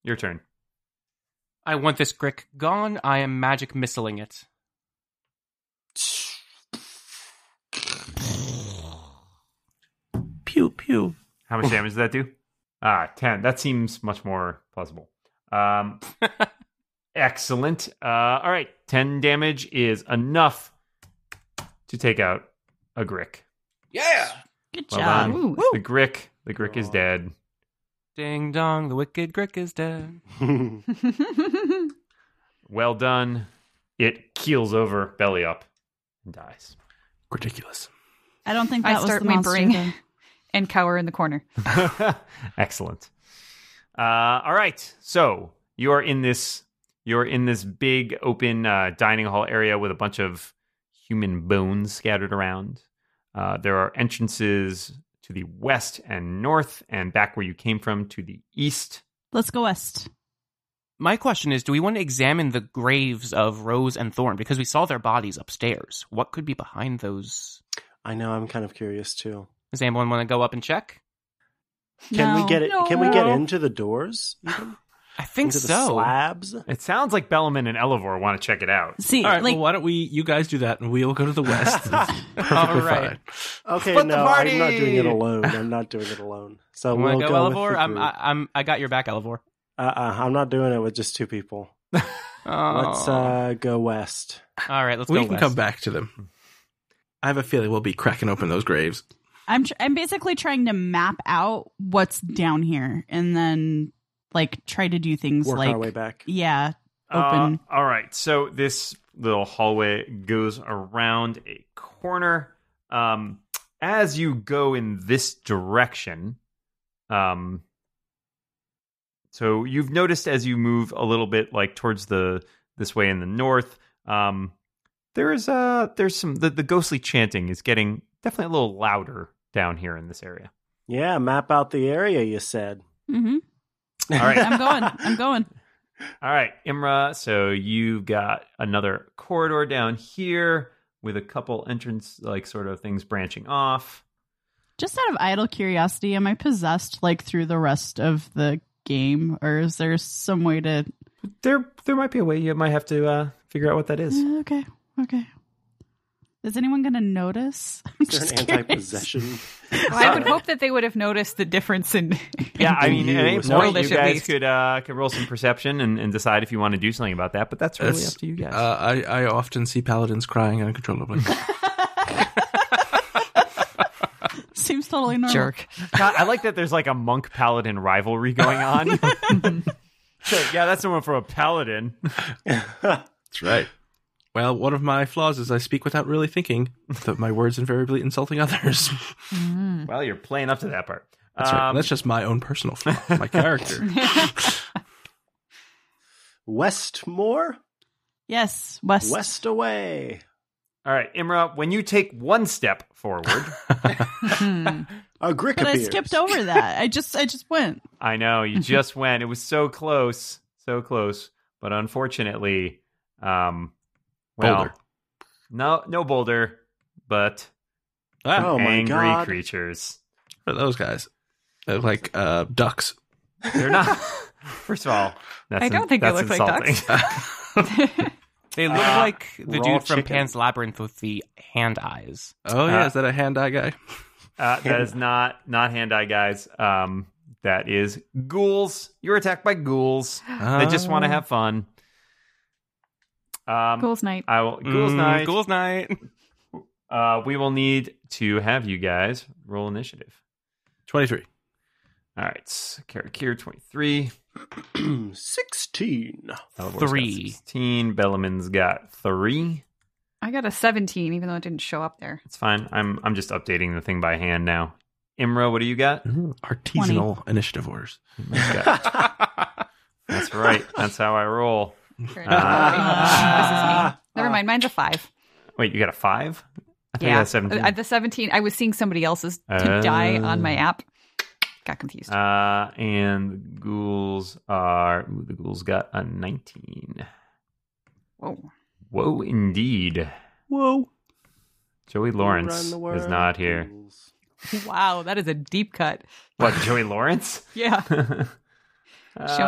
S6: your turn.
S7: I want this Grick gone. I am magic missiling it.
S5: Pew pew.
S6: How much damage does that do? Ah, ten. That seems much more plausible. Um, Excellent. Uh, all right. 10 damage is enough to take out a Grick.
S5: Yeah.
S3: Good
S6: Well
S3: job.
S6: done.
S4: Ooh.
S6: The Grick. The Grick is
S5: Oh.
S6: dead.
S7: Ding dong, the wicked Grick is dead.
S6: Well done. It keels over, belly up, and dies.
S5: Ridiculous.
S3: I don't think
S4: I
S3: that was
S4: start
S3: the monster.
S4: whimpering.
S3: though.
S4: and cower in the corner.
S6: Excellent. Uh, all right. So you are in this. You're in this big open uh, dining hall area with a bunch of human bones scattered around. Uh, there are entrances to the west and north, and back where you came from to the east.
S3: Let's go west.
S7: My question is, do we want to examine the graves of Rose and Thorn because we saw their bodies upstairs? What could be behind those?
S2: I know. I'm kind of curious too.
S7: Does anyone want to go up and check?
S2: Can
S3: No.
S2: we get it? can we get
S6: No.
S2: into the doors? even?
S7: I think
S2: into the
S7: so.
S2: slabs.
S6: It sounds like Bellaman and Elevor want to check it out.
S3: See,
S5: All right.
S3: like
S5: well, why don't we? You guys do that, and we'll go to the west. Perfectly
S7: All right.
S2: Okay,
S6: Split the
S2: no, I'm not
S6: party!
S2: doing it alone. I'm not doing it alone. So
S7: wanna
S2: we'll
S7: go,
S2: go, with
S7: Elevor?
S2: the
S7: I'm,
S2: group.
S7: I, I'm, I got your back, Elevor.
S2: uh-uh, I'm not doing it with just two people.
S7: Oh.
S2: Let's uh, go west.
S7: All right, let's
S5: we
S7: go
S5: can
S7: west.
S5: come back to them. I have a feeling we'll be cracking open those graves.
S3: I'm tr- I'm basically trying to map out what's down here and then like try to do things
S2: Work
S3: like
S2: our way back.
S3: yeah, open.
S6: Uh, all right. So this little hallway goes around a corner. Um, as you go in this direction, um, so you've noticed as you move a little bit, like towards the this way in the north, um, there is uh there's some the, the ghostly chanting is getting definitely a little louder down here in this area.
S2: Yeah, map out the area. You said.
S3: hmm
S6: All right.
S3: I'm going. I'm going.
S6: All right, Imra. So you've got another corridor down here with a couple entrance, like sort of things branching off.
S3: Just out of idle curiosity, am I possessed like through the rest of the game, or is there some way to?
S6: There, there might be a way you might have to uh, figure out what that
S5: Mm-hmm.
S6: is.
S3: Yeah, okay, okay. Is anyone going to notice? I'm
S2: Is there
S3: just
S2: an
S3: curious.
S2: anti-possession?
S4: I would hope that they would have noticed the difference in.
S6: Yeah, I
S2: Do
S6: mean, at
S2: you-
S6: any
S2: It's
S6: point you
S4: worldish at
S6: guys
S4: least.
S6: could uh, could roll some perception and, and decide if you want to do something about that. But that's really
S5: That's-
S6: up to you guys.
S5: Uh, I, I often see paladins crying uncontrollably.
S3: Seems totally normal.
S4: Jerk.
S6: God, I like that. There's like a monk paladin rivalry going on. so, yeah, that's the one for a paladin.
S5: That's right. Well, one of my flaws is I speak without really thinking, though my words invariably insulting others.
S6: Well, you're playing up to that part.
S5: That's right.
S6: Um,
S5: That's just my own personal flaw, my character.
S2: Westmore,
S3: Yes, West.
S2: west away.
S6: all right, Imra. When you take one step forward.
S2: A grick
S3: But I
S2: appears.
S3: skipped over that. I just, I just went.
S6: I know you just went. It was so close, so close, but unfortunately, um, well,
S5: Boulder.
S6: no, no boulder, but
S5: Ah,
S2: Oh my
S6: angry
S2: God.
S6: creatures.
S5: for those guys, They're like uh, ducks.
S6: They're not. First of all, that's
S4: I don't think they
S6: that's
S4: look like ducks.
S6: insulting.
S7: They look
S2: Uh,
S7: like the
S2: raw
S7: dude from
S2: chicken.
S7: Pan's Labyrinth with the hand eyes.
S5: Oh yeah,
S6: Uh,
S5: is that a hand eye guy?
S6: Uh, that is not not hand eye guys. Um, that is ghouls. You're attacked by ghouls. They just want to have fun. Um,
S4: Oh. Ghouls night.
S6: I will.
S5: Uh,
S6: Ghouls
S7: Mm,
S6: night.
S7: Ghouls night.
S6: Uh, we will need to have you guys roll initiative.
S5: twenty-three.
S6: All right, s- Karakir 23.
S2: Sixteen.
S6: Elevor's got
S7: Three.
S6: 16. Bellaman's got three.
S4: I got a 17, even though it didn't show up there.
S6: It's fine. I'm I'm just updating the thing by hand now. Imra, what do you got?
S5: Ooh, Artisanal initiative orders.
S6: Imra's got- That's right. That's how I roll.
S4: Fair enough.
S6: Ah.
S4: This is me. Never mind. Mine's a five.
S6: Wait, you got a five? I think I
S4: Yeah,
S6: got a 17.
S4: Uh, the 17. I was seeing somebody else's to
S6: Oh.
S4: die on my app. Got confused.
S6: Uh, and the ghouls are. Ooh, the ghouls got a 19.
S4: Whoa.
S6: Whoa, indeed.
S5: Whoa!
S6: Joey
S2: Run
S6: Lawrence
S2: the
S6: is
S2: world.
S6: not here.
S4: Wow, that is a deep cut.
S6: What, Joey Lawrence?
S4: Yeah, showing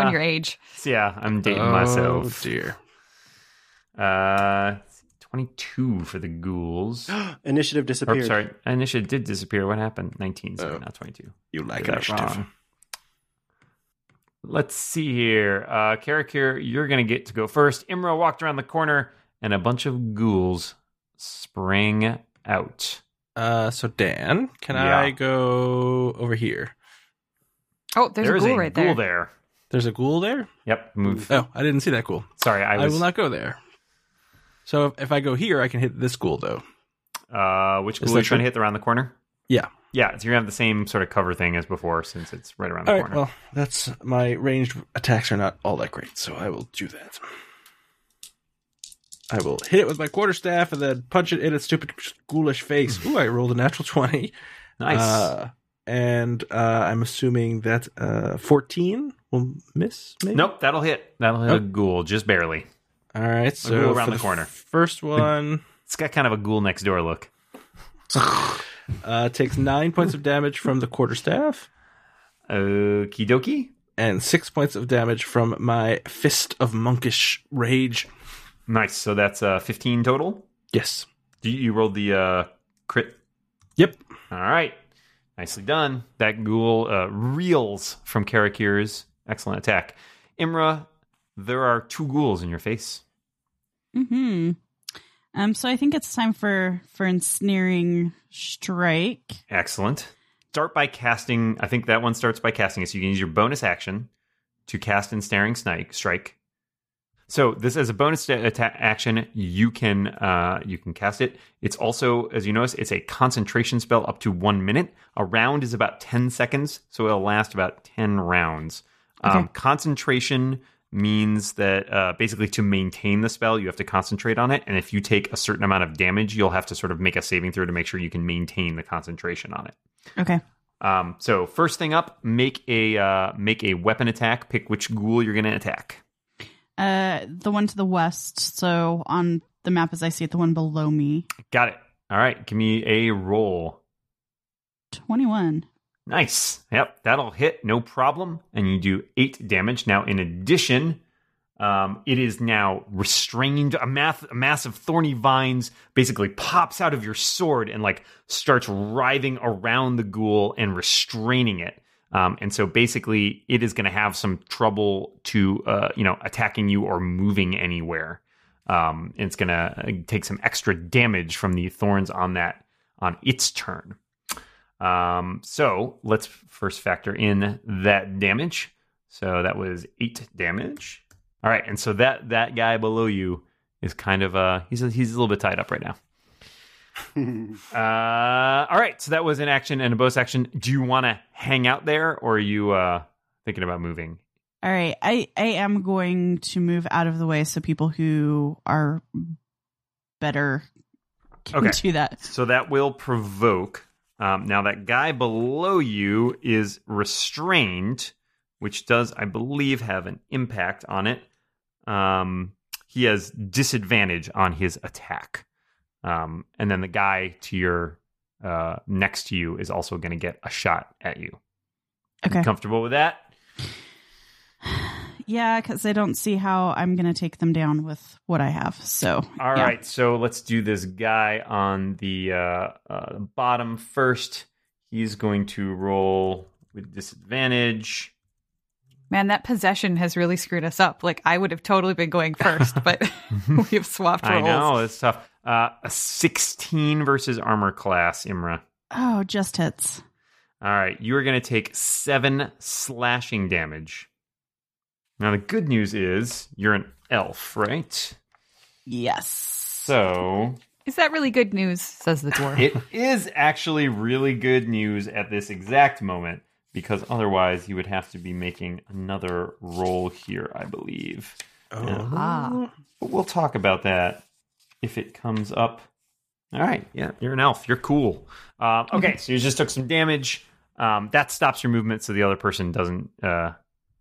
S6: Uh,
S4: your age.
S6: Yeah, I'm dating
S5: oh,
S6: myself.
S5: dear.
S6: Uh, 22 for the ghouls. Or,
S2: Initiative disappeared.
S6: sorry, initiative did disappear. What happened? 19, sorry,
S5: Oh.
S6: not 22.
S5: You like
S6: Did that
S5: initiative?
S6: wrong. Let's see here. Uh, Karakir, you're going to get to go first. Imra walked around the corner, and a bunch of ghouls spring out.
S5: Uh, so Dan, can
S6: Yeah.
S5: I go over here?
S4: Oh, there's
S6: There
S4: a
S6: is
S4: ghoul right there.
S6: ghoul there.
S5: There's a ghoul there.
S6: Yep, move.
S5: Oh, I didn't see that ghoul.
S6: Sorry, I
S5: I,
S6: was.
S5: will not go there. So if, if I go here, I can hit this ghoul though.
S6: Uh, which
S5: Is
S6: ghoul are you
S5: that
S6: trying to
S5: true?
S6: hit around the corner?
S5: Yeah.
S6: Yeah, so you're going to have the same sort of cover thing as before since it's right around the
S5: All right.
S6: corner.
S5: Well, that's my ranged attacks are not all that great, so I will do that. I will hit it with my quarterstaff and then punch it in its stupid ghoulish face. Ooh, I rolled a natural twenty.
S6: nice.
S5: Uh, and uh, I'm assuming that uh, 14 will miss. Maybe?
S6: nope, that'll hit. That'll hit a
S5: Oh.
S6: ghoul just barely.
S5: All right. So
S6: go around
S5: for
S6: the corner.
S5: First one
S6: It's got kind of a ghoul next door look.
S5: uh, takes nine points of damage from the quarterstaff
S6: Okie dokie.
S5: and six points of damage from my fist of monkish rage.
S6: Nice. So that's uh, 15 total.
S5: Yes.
S6: You, you rolled the uh, crit.
S5: Yep.
S6: All right. Nicely done. That ghoul uh, reels from Karakir's excellent attack. Imra, there are two ghouls in your face.
S3: Hmm. Um. So I think it's time for for ensnaring strike.
S6: Excellent. Start by casting. I think that one starts by casting it. So you can use your bonus action to cast Ensnaring Snike Strike. So this as a bonus a- atta- action, you can uh, you can cast it. It's also, as you notice, it's a concentration spell up to one minute. A round is about ten seconds, so it'll last about ten rounds. Um, concentration means that uh, basically to maintain the spell, you have to concentrate on it, and if you take a certain amount of damage, you'll have to sort of make a saving throw to make sure you can maintain the concentration on it.
S3: Okay.
S6: Um, so first thing up, make a uh, make a weapon attack. Pick which ghoul you're going to attack.
S3: Uh, the one to the west. So on the map as I see it, the one below me.
S6: Got it. All right, give me a roll.
S3: Twenty one.
S6: Nice. Yep, that'll hit, no problem. And you do eight damage. Now, in addition, um, it is now restrained. A, math, a mass of thorny vines basically pops out of your sword and like starts writhing around the ghoul and restraining it. Um, and so basically, it is going to have some trouble to uh, you know attacking you or moving anywhere. Um, and it's going to take some extra damage from the thorns on that on its turn. Um, so let's first factor in that damage. So that was eight damage. All right, and so that that guy below you is kind of uh he's a, he's a little bit tied up right now. Uh, all right, so that was an action and a bonus action. Do you want to hang out there, or are you uh thinking about moving?
S3: All right. I I am going to move out of the way so people who are better can
S6: Okay.
S3: do that.
S6: So that will provoke. Um, now that guy below you is restrained, which does, I believe, have an impact on it. Um, he has disadvantage on his attack, um, and then the guy to your uh, next to you is also going to get a shot at you.
S3: Okay.
S6: Comfortable with that?
S3: Yeah, because I don't see how I'm going to take them down with what I have. So
S6: All right,
S3: yeah.
S6: so let's do this guy on the uh, uh, bottom first. He's going to roll with disadvantage.
S4: Man, that possession has really screwed us up. Like I would have totally been going first, but we have swapped
S6: Mm-hmm. I
S4: roles.
S6: know it's tough. Uh, a sixteen versus armor class, Imra.
S3: Oh, just hits.
S6: All right, you are going to take seven slashing damage. Now the good news is you're an elf, right?
S3: Yes.
S6: So
S4: Is that really good news? Says the dwarf.
S6: it is actually really good news at this exact moment because otherwise you would have to be making another roll here, I believe. Yeah.
S4: Ah.
S6: But we'll talk about that if it comes up. All right. Yeah, you're an elf. You're cool. Um,
S3: Mm-hmm.
S6: okay, so you just took some damage. Um, that stops your movement, so the other person doesn't. Uh,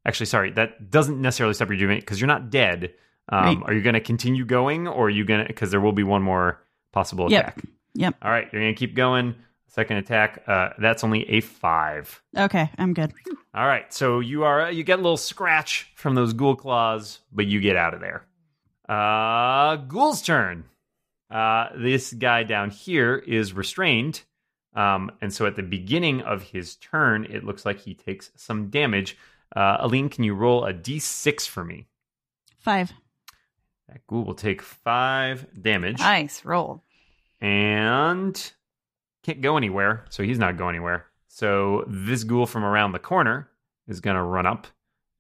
S6: actually, sorry, that doesn't necessarily stop your movement because you're not dead. Um, Are you going to continue going, or are you going to? Because there will be one more possible
S3: Yep.
S6: attack.
S3: Yep.
S6: All right, you're going to keep going. Second attack. Uh, that's only a five.
S3: Okay, I'm good.
S6: All right, so you are uh, you get a little scratch from those ghoul claws, but you get out of there. Uh, ghoul's turn. Uh, this guy down here is restrained, um, and so at the beginning of his turn, it looks like he takes some damage. Uh, Aline, can you roll a d6 for me?
S3: Five.
S6: That ghoul will take five damage
S4: Nice roll.
S6: and can't go anywhere, so he's not going anywhere. So this ghoul from around the corner is going to run up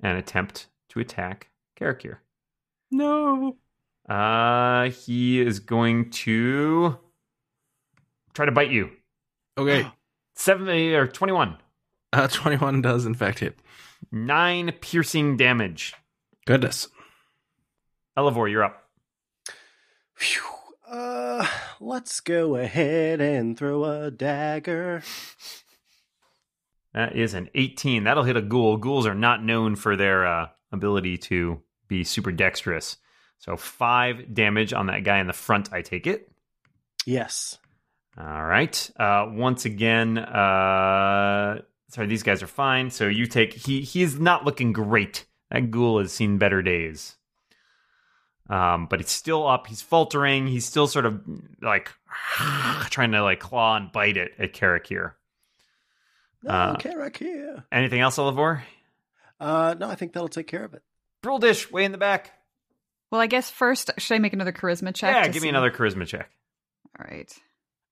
S6: and attempt to attack Karakir.
S5: No.
S6: Uh, he is going to try to bite you.
S5: Okay.
S6: Seven eh, or twenty-one,
S5: Uh, 21 does, in fact, hit.
S6: nine piercing damage.
S5: Goodness.
S6: Elevor, you're up.
S2: Phew. Uh, let's go ahead and throw a dagger.
S6: That is an 18. That'll hit a ghoul. Ghouls are not known for their uh, ability to be super dexterous. So five damage on that guy in the front. I take it.
S2: Yes.
S6: All right. Uh, once again, uh, sorry, these guys are fine. So you take he he's not looking great. That ghoul has seen better days. Um, but he's still up. He's faltering. He's still sort of like trying to like claw and bite it at Carrick here.
S2: No,
S6: Uh,
S2: Karak here.
S6: Anything else, Olivor?
S2: Uh, no, I think that'll take care of it.
S6: Brule dish way in the back.
S4: Well, I guess first, should I make another charisma check?
S6: yeah,
S4: to
S6: give me
S4: see-
S6: another charisma check.
S4: All right.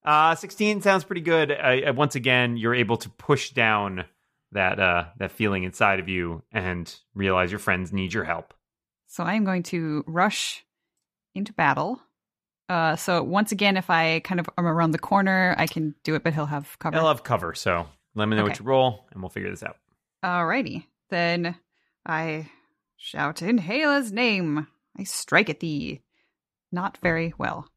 S6: Uh, 16 sounds pretty good. Uh, uh, once again, you're able to push down that uh, that feeling inside of you and realize your friends need your help.
S4: So I am going to rush into battle. Uh, so once again, if I kind of am around the corner, I can do it, but he'll have cover.
S6: They'll have cover, so let me know what
S4: Okay.
S6: you roll, and we'll figure this out.
S4: Alrighty. Then I shout in Hela's name. I strike at thee. Not very well.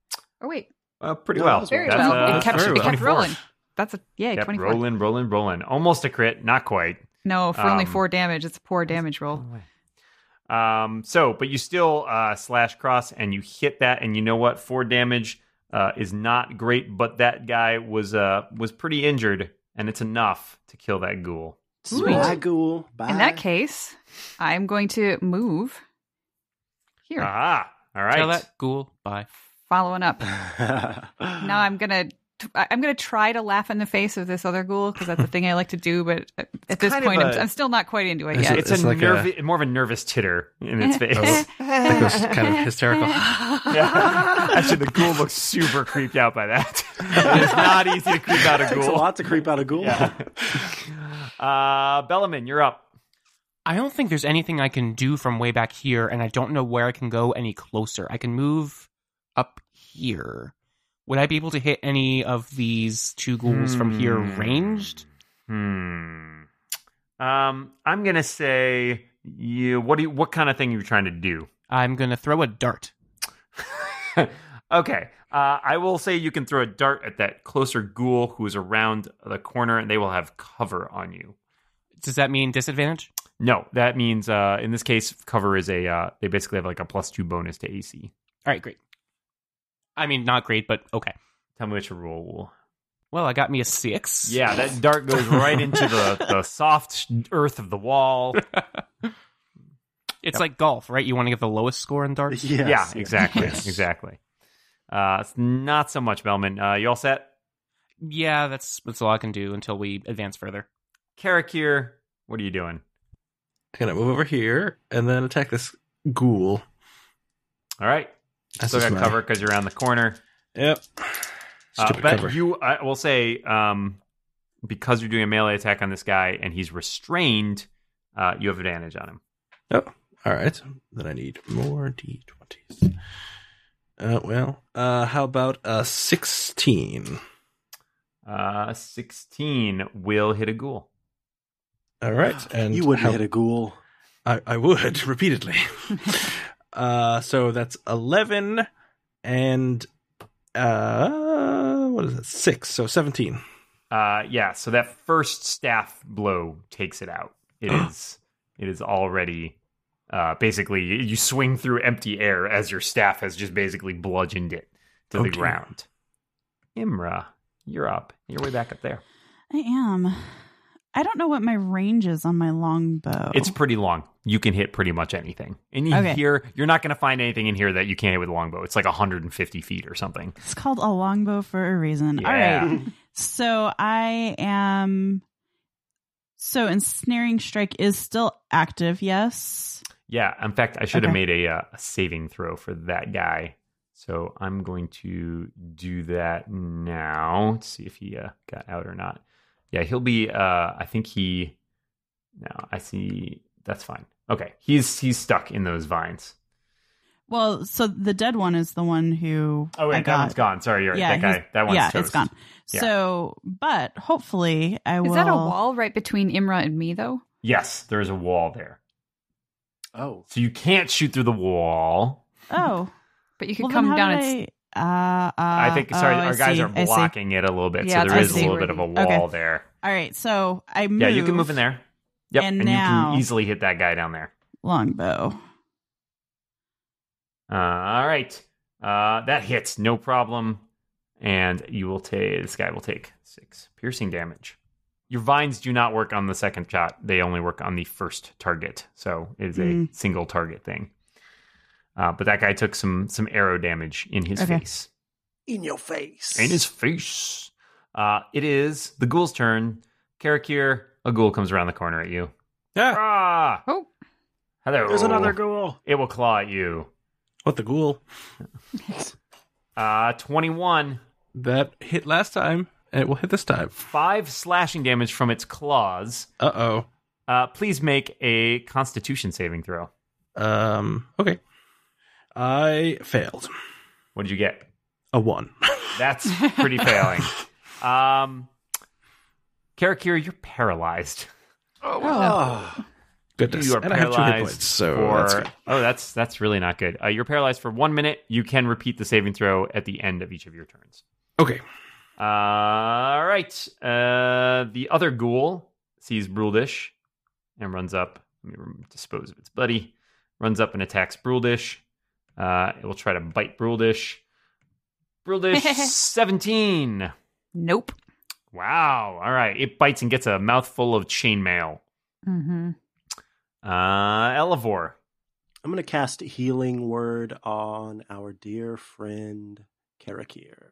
S4: Oh wait.
S6: Uh, pretty
S2: No, that
S6: well.
S2: was very
S4: Very well.
S5: uh,
S4: it kept,
S5: very
S4: it kept
S6: well.
S4: rolling. That's a yeah,
S6: Yep,
S4: twenty four.
S6: rolling, rolling, rolling. Almost a crit, not quite.
S4: No, for only
S6: Um,
S4: four damage. It's a poor damage roll.
S6: Um, so, but you still uh, slash cross and you hit that, and you know what? Four damage uh, is not great, but that guy was uh, was pretty injured, and it's enough to kill that ghoul.
S4: Sweet.
S2: Bye, ghoul. Bye.
S4: In
S3: Uh.
S4: that case, I'm going to move here.
S6: Ah, all right.
S7: Tell that ghoul bye.
S4: Following up. Now
S2: now
S4: I'm gonna I- I'm gonna try to laugh in the face of this other ghoul because that's the thing I like to do. But at this
S6: kind of
S4: point, i
S6: a-
S4: I'm, I'm still not quite into it
S5: It's
S4: yet.
S6: It's,
S5: It's
S6: a
S5: like
S6: nervi- more of a nervous titter in its face.
S5: Oh. Like those kind of hysterical.
S6: Yeah. Actually, the ghoul looks super creeped out by that. it's not easy to creep out a
S2: takes a
S6: ghoul.
S2: lot to creep out a ghoul.
S6: Yeah. Uh, Bellaman, you're up.
S7: I don't think there's anything I can do from way back here, and I don't know where I can go any closer. I can move up here. Would I be able to hit any of these two ghouls from here
S6: Hmm.
S7: ranged?
S6: Hmm. Um, I'm gonna say you. What do you? What kind of thing are you trying to do?
S7: I'm gonna throw a dart.
S6: okay. Uh, I will say you can throw a dart at that closer ghoul who is around the corner, and they will have cover on you.
S7: Does that mean disadvantage?
S6: No, that means uh, in this case, cover is a. Uh, they basically have like a plus two bonus to AC.
S7: All right, great. I mean, not great, but okay.
S6: Tell me which roll.
S7: Well, I got me a six.
S6: Yeah, that dart goes right into the, the soft earth of the wall.
S7: It's like golf, right? You want to get the lowest score in darts?
S2: Yes, yes.
S6: yeah, exactly, exactly. Uh, it's not so much, Bellman. Uh, you all set?
S7: Yeah, that's that's all I can do until we advance further.
S6: Karakir, what are you doing?
S5: I'm going to move over here and then attack this ghoul.
S6: All right,
S5: That's
S6: still
S5: just
S6: got
S5: my-
S6: cover because you're around the corner.
S5: Yep.
S6: Uh,
S5: Stupid
S6: but
S5: cover.
S6: you, I will say, um, because you're doing a melee attack on this guy and he's restrained, uh, you have advantage on him.
S5: All right. Then I need more d20s. Uh, well, uh, how about a 16?
S6: Uh, 16 will hit a ghoul.
S5: All right. And
S2: you wouldn't
S5: how-
S2: hit a ghoul.
S5: I, I would repeatedly. uh, so that's eleven and uh, what is it? Six. So seventeen.
S6: Uh, yeah. So that first staff blow takes it out. It is. It is already. Uh, basically, you you swing through empty air as your staff has just basically bludgeoned it to
S5: Oh,
S6: the
S5: dear.
S6: ground. Imra, you're up. You're way back up there.
S3: I am. I don't know what my range is on my longbow.
S6: It's pretty long. You can hit pretty much anything. And you
S3: Okay.
S6: here, you're not going to find anything in here that you can't hit with a longbow. It's like 150 feet or something.
S3: It's called a longbow for a reason. All
S6: Yeah.
S3: right. So I am So ensnaring strike is still active, yes.
S6: Yeah. In fact, I should have
S3: Okay.
S6: made a, uh, a saving throw for that guy. So I'm going to do that now. Let's see if he uh, got out or not. Yeah, he'll be. Uh, I think he. No, I see. That's fine. Okay, he's he's stuck in those vines.
S3: Well, so the dead one is the one who
S6: Oh
S3: I
S6: wait, that
S3: got.
S6: one's gone. Sorry, you're right.
S3: Yeah,
S6: that guy.
S3: he's-
S6: That one's
S3: yeah,
S6: toast.
S3: it's gone.
S6: Yeah.
S3: So, but hopefully, I will.
S4: Is that a wall right between Imra and me, though?
S6: Yes, there is a wall there,
S2: Oh,
S6: so you can't shoot through the wall.
S3: Oh,
S4: But you could
S3: well, then
S4: come
S3: how
S4: down
S3: did
S4: and s-
S3: I, uh, uh,
S6: I think. Sorry,
S3: oh, I
S6: our guys
S3: see,
S6: are
S3: I see.
S6: blocking it a little bit,
S4: Yeah,
S6: so there
S3: I
S6: is a
S3: see.
S6: little bit of a
S4: Okay.
S6: wall there.
S3: All right, so I move.
S6: Yeah, you can move in there. Yep,
S3: And
S6: and, you
S3: now-
S6: can easily hit that guy down there.
S3: Longbow.
S6: Uh, all right, uh, that hits, no problem, and you will take. This guy will take six piercing damage. Your vines do not work on the second shot; they only work on the first target, so it is a
S3: Mm.
S6: single target thing. Uh, but that guy took some some arrow damage in his
S3: Okay.
S6: face.
S2: in your face.
S6: In his face. Uh, it is the ghoul's turn. Karakir, a ghoul comes around the corner at you.
S5: Yeah.
S6: Ah!
S4: Oh.
S6: Hello.
S2: There's another ghoul.
S6: It will claw at you.
S5: What the ghoul?
S6: Uh, 21.
S5: That hit last time, and it will hit this time.
S6: Five slashing damage from its claws.
S5: Uh oh.
S6: Uh, please make a constitution saving throw.
S5: Um. Okay. I failed.
S6: What did you get?
S5: A one.
S6: That's pretty failing. Um, Karakir, you're paralyzed.
S2: Oh,
S5: Goodness.
S6: You are
S5: and I have
S6: paralyzed
S5: two hit points, so
S6: for
S5: that's good.
S6: oh, that's that's really not good. Uh, you're paralyzed for one minute. You can repeat the saving throw at the end of each of your turns.
S5: okay.
S6: all right. Uh, the other ghoul sees Bruldish and runs up. Let me dispose of its buddy. Runs up and attacks Bruldish. Uh, it will try to bite Bruldish. Bruldish, 17.
S4: nope.
S6: Wow. All right. It bites and gets a mouthful of chainmail.
S4: Mm-hmm.
S6: Uh, Elevore.
S2: I'm gonna cast healing word on our dear friend Karakir.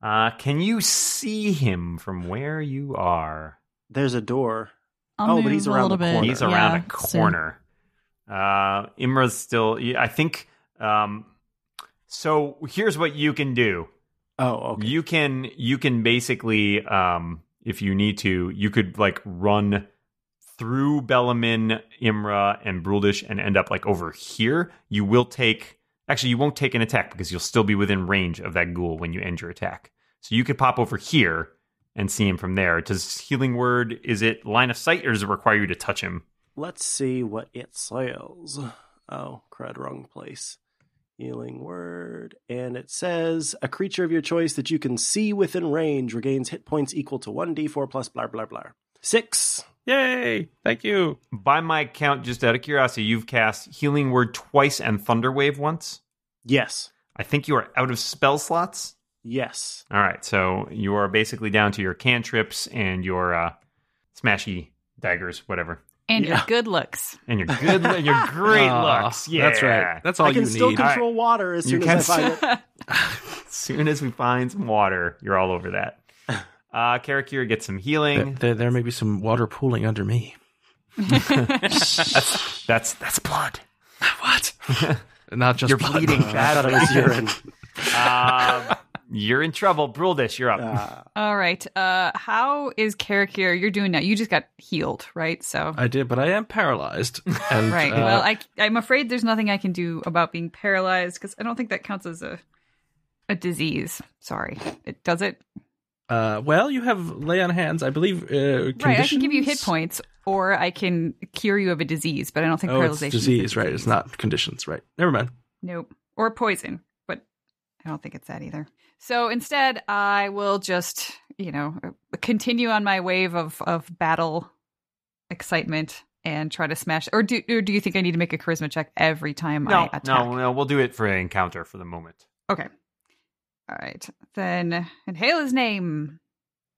S6: Uh, can you see him from where you are?
S2: There's a door.
S3: I'll
S2: Oh, but
S3: move
S2: he's
S3: a
S2: around
S3: little
S2: the
S3: bit.
S2: corner.
S6: He's around
S3: yeah,
S6: a corner. Uh, Imra's still. yeah, I think. Um, so here's what you can do.
S2: Oh, okay.
S6: You can you can basically, um, if you need to, you could like run through Bellamin, Imra, and Bruldish, and end up like over here. You will take. Actually, you won't take an attack because you'll still be within range of that ghoul when you end your attack. So you could pop over here and see him from there. Does healing word is it line of sight or does it require you to touch him?
S2: Let's see what it says. Oh, crud, wrong place. Healing word. And it says a creature of your choice that you can see within range regains hit points equal to 1d4 plus blah, blah, blah. Six.
S5: Yay! Thank you.
S6: By my count, just out of curiosity, you've cast Healing Word twice and Thunder Wave once.
S2: Yes.
S6: I think you are out of spell slots.
S2: Yes.
S6: All right, so you are basically down to your cantrips and your uh, smashy daggers, whatever,
S4: And
S2: Yeah.
S4: your good looks.
S6: and your good, and your great
S5: Ah,
S6: looks. Yeah,
S5: That's right. That's all
S2: I can
S5: you
S2: still
S5: need.
S2: control water as
S6: You
S2: soon
S6: can
S2: as I find it.
S6: As soon as we find some water, you're all over that. Uh, Karakir gets some
S5: There,
S6: healing.
S5: there, there may be some water pooling under me.
S6: That's that's that's blood.
S5: What? Not just
S6: You're
S5: blood.
S6: bleeding
S2: Uh, I thought it was urine.
S6: Uh, you're in trouble, Bruldish. You're up.
S2: Uh,
S4: All right. Uh, how is Karakir? You're doing now. You just got healed, right? So.
S5: I did, but I am paralyzed. And,
S4: Right.
S5: uh,
S4: well, I, I'm afraid there's nothing I can do about being paralyzed because I don't think that counts as a a disease. Sorry, it does it.
S5: Uh, well, you have lay on hands, I believe. Uh,
S4: Right. I can give you hit
S5: conditions?
S4: points, or I can cure you of a disease, but I don't think
S5: Oh, it's
S4: paralyzation. is a
S5: disease, right? It's not conditions, right? Never mind.
S4: Nope. Or poison, but I don't think it's that either. So instead, I will just, you know, continue on my wave of, of battle excitement and try to smash. Or do, or do you think I need to make a charisma check every time I
S6: No,
S4: attack?
S6: no, no. We'll do it for an encounter for the moment.
S4: Okay. All right. Then inhale his name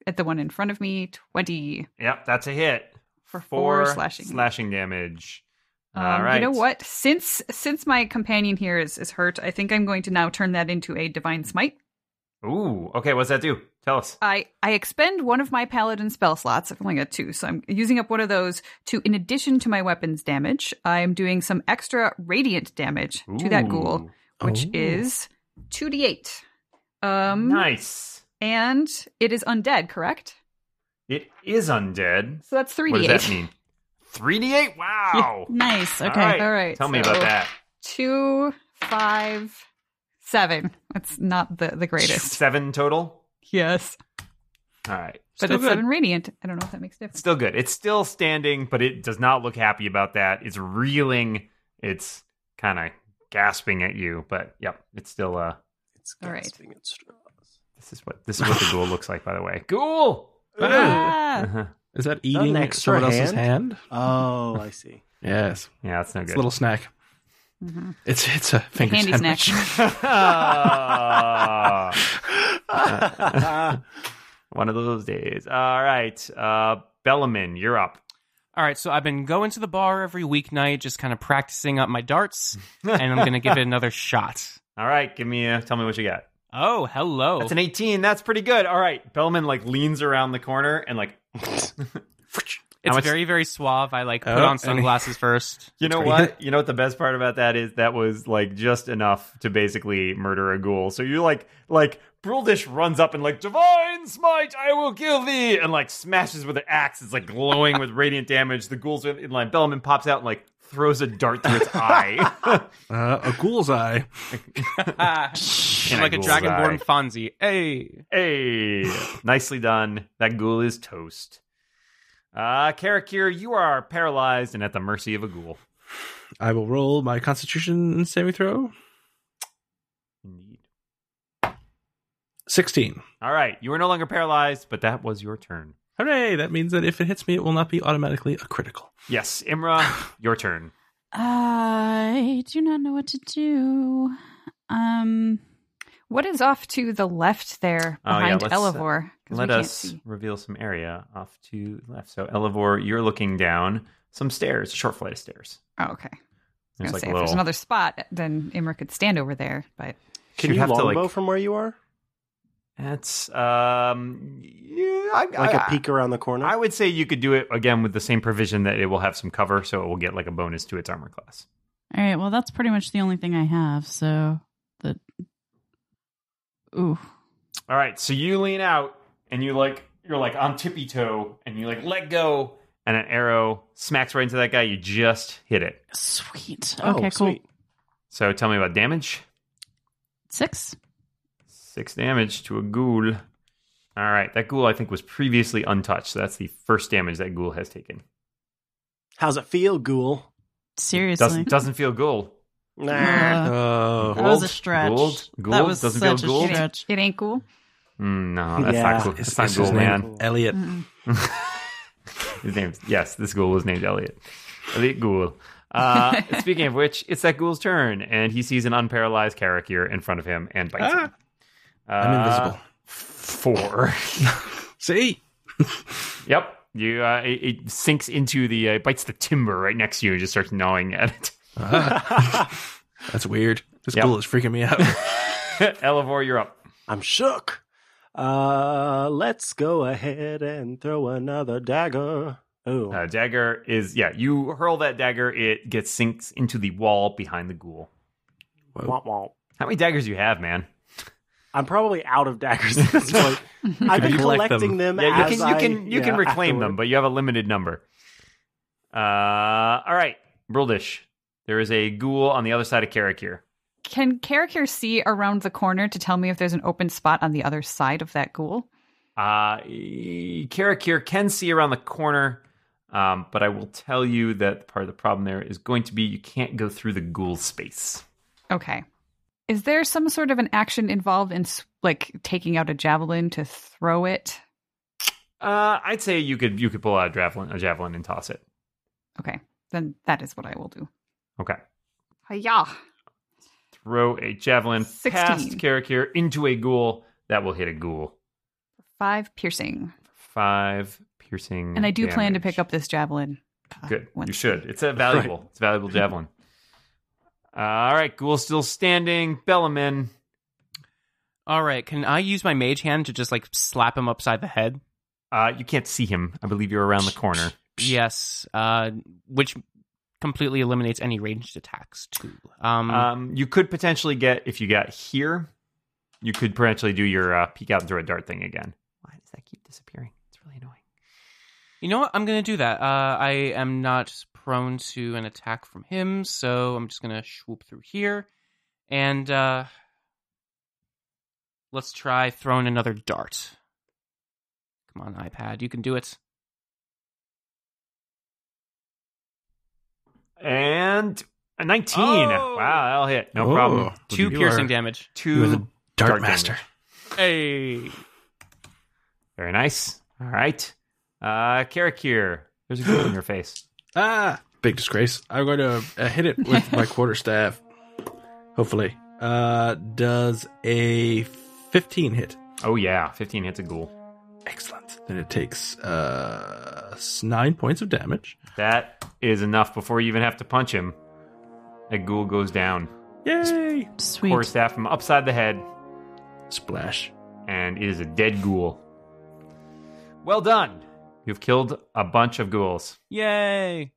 S4: at the one in front of me 20
S6: Yep, that's a hit
S4: for four,
S6: Four
S4: slashing.
S6: damage.
S4: Um,
S6: All right.
S4: You know what? Since since my companion here is, is hurt, I think I'm going to now turn that into a divine smite.
S6: Ooh. Okay. What's that do? Tell us.
S4: I, I expend one of my paladin spell slots. I've only got two, so I'm using up one of those to, in addition to my weapons damage, I'm doing some extra radiant damage to that ghoul, which
S5: Oh.
S4: is 2d8. Um,
S6: Nice.
S4: And it is undead, correct?
S6: It is undead.
S4: So that's 3d8.
S6: What does that mean? 3d8? Wow.
S3: Nice. Okay.
S6: All right.
S4: All right,
S6: Tell me
S4: so-
S6: about that.
S4: Two, five, seven. That's not the, the greatest.
S6: Seven total?
S4: Yes.
S6: All right.
S4: But
S5: Still
S4: it's
S5: good.
S4: seven radiant. I don't know if that makes a difference.
S6: Still good. It's still standing, but it does not look happy about that. It's reeling. It's kind of gasping at you, but yep, it's still uh
S2: It's
S4: All right.
S2: gasping at straws.
S6: this is what this is what the ghoul looks like by the way. Ghoul.
S5: Ah,
S3: Ah.
S6: Uh-huh.
S5: is that eating
S2: extra
S5: someone else's
S2: hand?
S5: hand?
S2: Oh, I see.
S5: Yes,
S6: Yeah, that's no
S5: it's
S6: good.
S5: a little snack.
S4: Mhm.
S5: It's it's a finger
S4: handy
S5: sandwich.
S4: snack.
S6: Ah.
S5: Uh,
S6: One of those days. All right. Uh Bellamin, you're up.
S7: All right, so I've been going to the bar every weeknight, just kind of practicing up my darts, and I'm going to give it another shot.
S6: All right, give me a, tell me what you got.
S7: Oh, hello.
S6: That's an 18. That's pretty good. All right. Bellman like leans around the corner and like
S7: it's
S6: much-
S7: very, very suave. I like put
S5: Oh,
S7: on
S5: and-
S7: sunglasses first.
S6: You know
S5: pretty
S6: what?
S5: good.
S6: You know what the best part about that is that was like just enough to basically murder a ghoul. So you like like Bruldish runs up and like divine smite, I will kill thee, and like smashes with an axe. It's like glowing with radiant damage. The ghouls in in line. Bellman pops out and like throws a dart through its eye.
S5: Uh, a ghoul's eye.
S7: I'm like a
S6: ghoul's
S7: dragonborn Fonzie. Hey.
S6: hey, nicely done. That ghoul is toast. Uh Karakir, you are paralyzed and at the mercy of a ghoul.
S5: I will roll my Constitution saving throw.
S6: Indeed.
S5: Sixteen.
S6: All right, you are no longer paralyzed, but that was your turn.
S5: Hooray! That means that if it hits me, it will not be automatically a critical.
S6: Yes, Imra, your turn.
S3: I do not know what to do. Um.
S4: What is off to the left there
S6: Oh, yeah,
S4: behind
S6: let's, uh,
S4: Elevor? 'Cause
S6: Let
S4: we can't
S6: us
S4: see.
S6: reveal some area off to the left. So, Elevor, you're looking down some stairs, a short flight of stairs.
S4: Oh, okay. I was
S6: There's
S4: gonna
S6: like
S4: say,
S6: a
S4: if there's
S6: little.
S4: another spot, then Imra could stand over there. But
S2: Can
S6: You'd
S2: you
S6: have to,
S2: longbow
S6: like-
S2: from where you are?
S6: That's um, yeah, I,
S2: Like a
S6: I-
S2: peek around the corner?
S6: I would say you could do it again with the same provision that it will have some cover, so it will get like a bonus to its armor class.
S3: All right. Well, that's pretty much the only thing I have. So the. Ooh.
S6: All right, so you lean out and you like you're like on tippy toe and you like let go, and an arrow smacks right into that guy. You just hit it.
S3: Sweet.
S2: Oh,
S3: Okay. cool.
S2: sweet.
S6: So tell me about damage.
S3: Six.
S6: Six damage to a ghoul. All right, that ghoul I think was previously untouched. So that's the first damage that ghoul has taken.
S2: How's it feel, ghoul?
S3: Seriously.
S6: Doesn't doesn't feel ghoul.
S2: Nah.
S3: Uh,
S5: Oh,
S3: that was a
S6: Gould?
S3: stretch.
S6: Gould?
S3: That
S6: Gould?
S3: was
S6: Doesn't feel
S3: such
S6: Gould?
S3: a stretch.
S4: it ain't cool.
S6: Mm, no, that's
S2: Yeah.
S6: not ghoul. That's not ghoul, man.
S5: Elliot.
S4: Mm-mm.
S6: His name. Yes, this ghoul was named Elliot. Elliot Ghoul. Uh, speaking of which, it's that ghoul's turn, and he sees an unparalyzed Karakir in front of him and bites him. Uh,
S5: I'm invisible.
S6: Four.
S5: See,
S6: Yep. You uh, it, it sinks into the uh, it bites the timber right next to you and just starts gnawing at it.
S5: that's weird. This
S6: Yep.
S5: ghoul is freaking me out.
S6: Elevor, you're up.
S2: I'm shook. Uh, let's go ahead and throw another dagger. Oh,
S6: Uh, dagger is yeah. You hurl that dagger. It gets sinks into the wall behind the ghoul.
S2: womp womp.
S6: How many daggers do you have, man?
S2: I'm probably out of daggers at this point. I've been
S5: collect
S2: collecting them.
S6: Yeah, you
S2: as
S6: can you
S2: I-
S6: can you can
S2: yeah,
S6: reclaim them,
S2: afterward.
S6: but you have a limited number. Uh, all right, Bruldish. There is a ghoul on the other side of Karakir.
S4: Can Karakir see around the corner to tell me if there's an open spot on the other side of that ghoul?
S6: Uh, Karakir can see around the corner, um, but I will tell you that part of the problem there is going to be you can't go through the ghoul space.
S4: Okay. Is there some sort of an action involved in s- like taking out a javelin to throw it?
S6: Uh, I'd say you could you could pull out a javelin, a javelin and toss it.
S4: Okay, then that is what I will do.
S6: Okay.
S4: Yeah.
S6: Throw a javelin past
S4: 16.
S6: Karakir into a ghoul that will hit a ghoul.
S4: Five piercing,
S6: Five piercing.
S4: and I do plan to
S6: damage.
S4: pick up this javelin. uh,
S6: Good. You
S4: once-
S6: should. It's a valuable. It's a valuable javelin. All right, ghoul still standing. Bellamin.
S7: All right, can I use my mage hand to just like slap him upside the head?
S6: Uh, you can't see him. I believe you're around the corner.
S7: Yes, uh, which completely eliminates any ranged attacks too. Um,
S6: Um, you could potentially get if you got here, you could potentially do your uh, peek out and throw a dart thing again. Why does that keep disappearing? It's really annoying.
S7: you know what? I'm gonna do that. Uh, I am not prone to an attack from him, so I'm just gonna swoop through here, and uh, let's try throwing another dart. Come on, iPad, you can do it.
S6: And a 19.
S7: Oh!
S6: Wow, that'll hit. No
S5: Oh.
S6: problem.
S7: Two
S5: You
S7: piercing
S5: are-
S7: damage.
S5: You are the
S6: Two.
S5: dart,
S6: dart
S5: master.
S6: damage.
S7: Hey.
S6: Very nice. All right. Uh, Karakir, there's a glue in your face.
S5: Ah, big disgrace. I'm going to uh, hit it with my quarterstaff. Hopefully. Uh, does a 15 hit.
S6: Oh, yeah. 15 hits a ghoul.
S5: Excellent. Then it takes uh s- nine points of damage.
S6: That is enough before you even have to punch him. A ghoul goes down.
S5: Yay!
S3: Sweet.
S6: Core staff him upside the head,
S5: Splash.
S6: and it is a dead ghoul. Well done. You've killed a bunch of ghouls.
S7: Yay.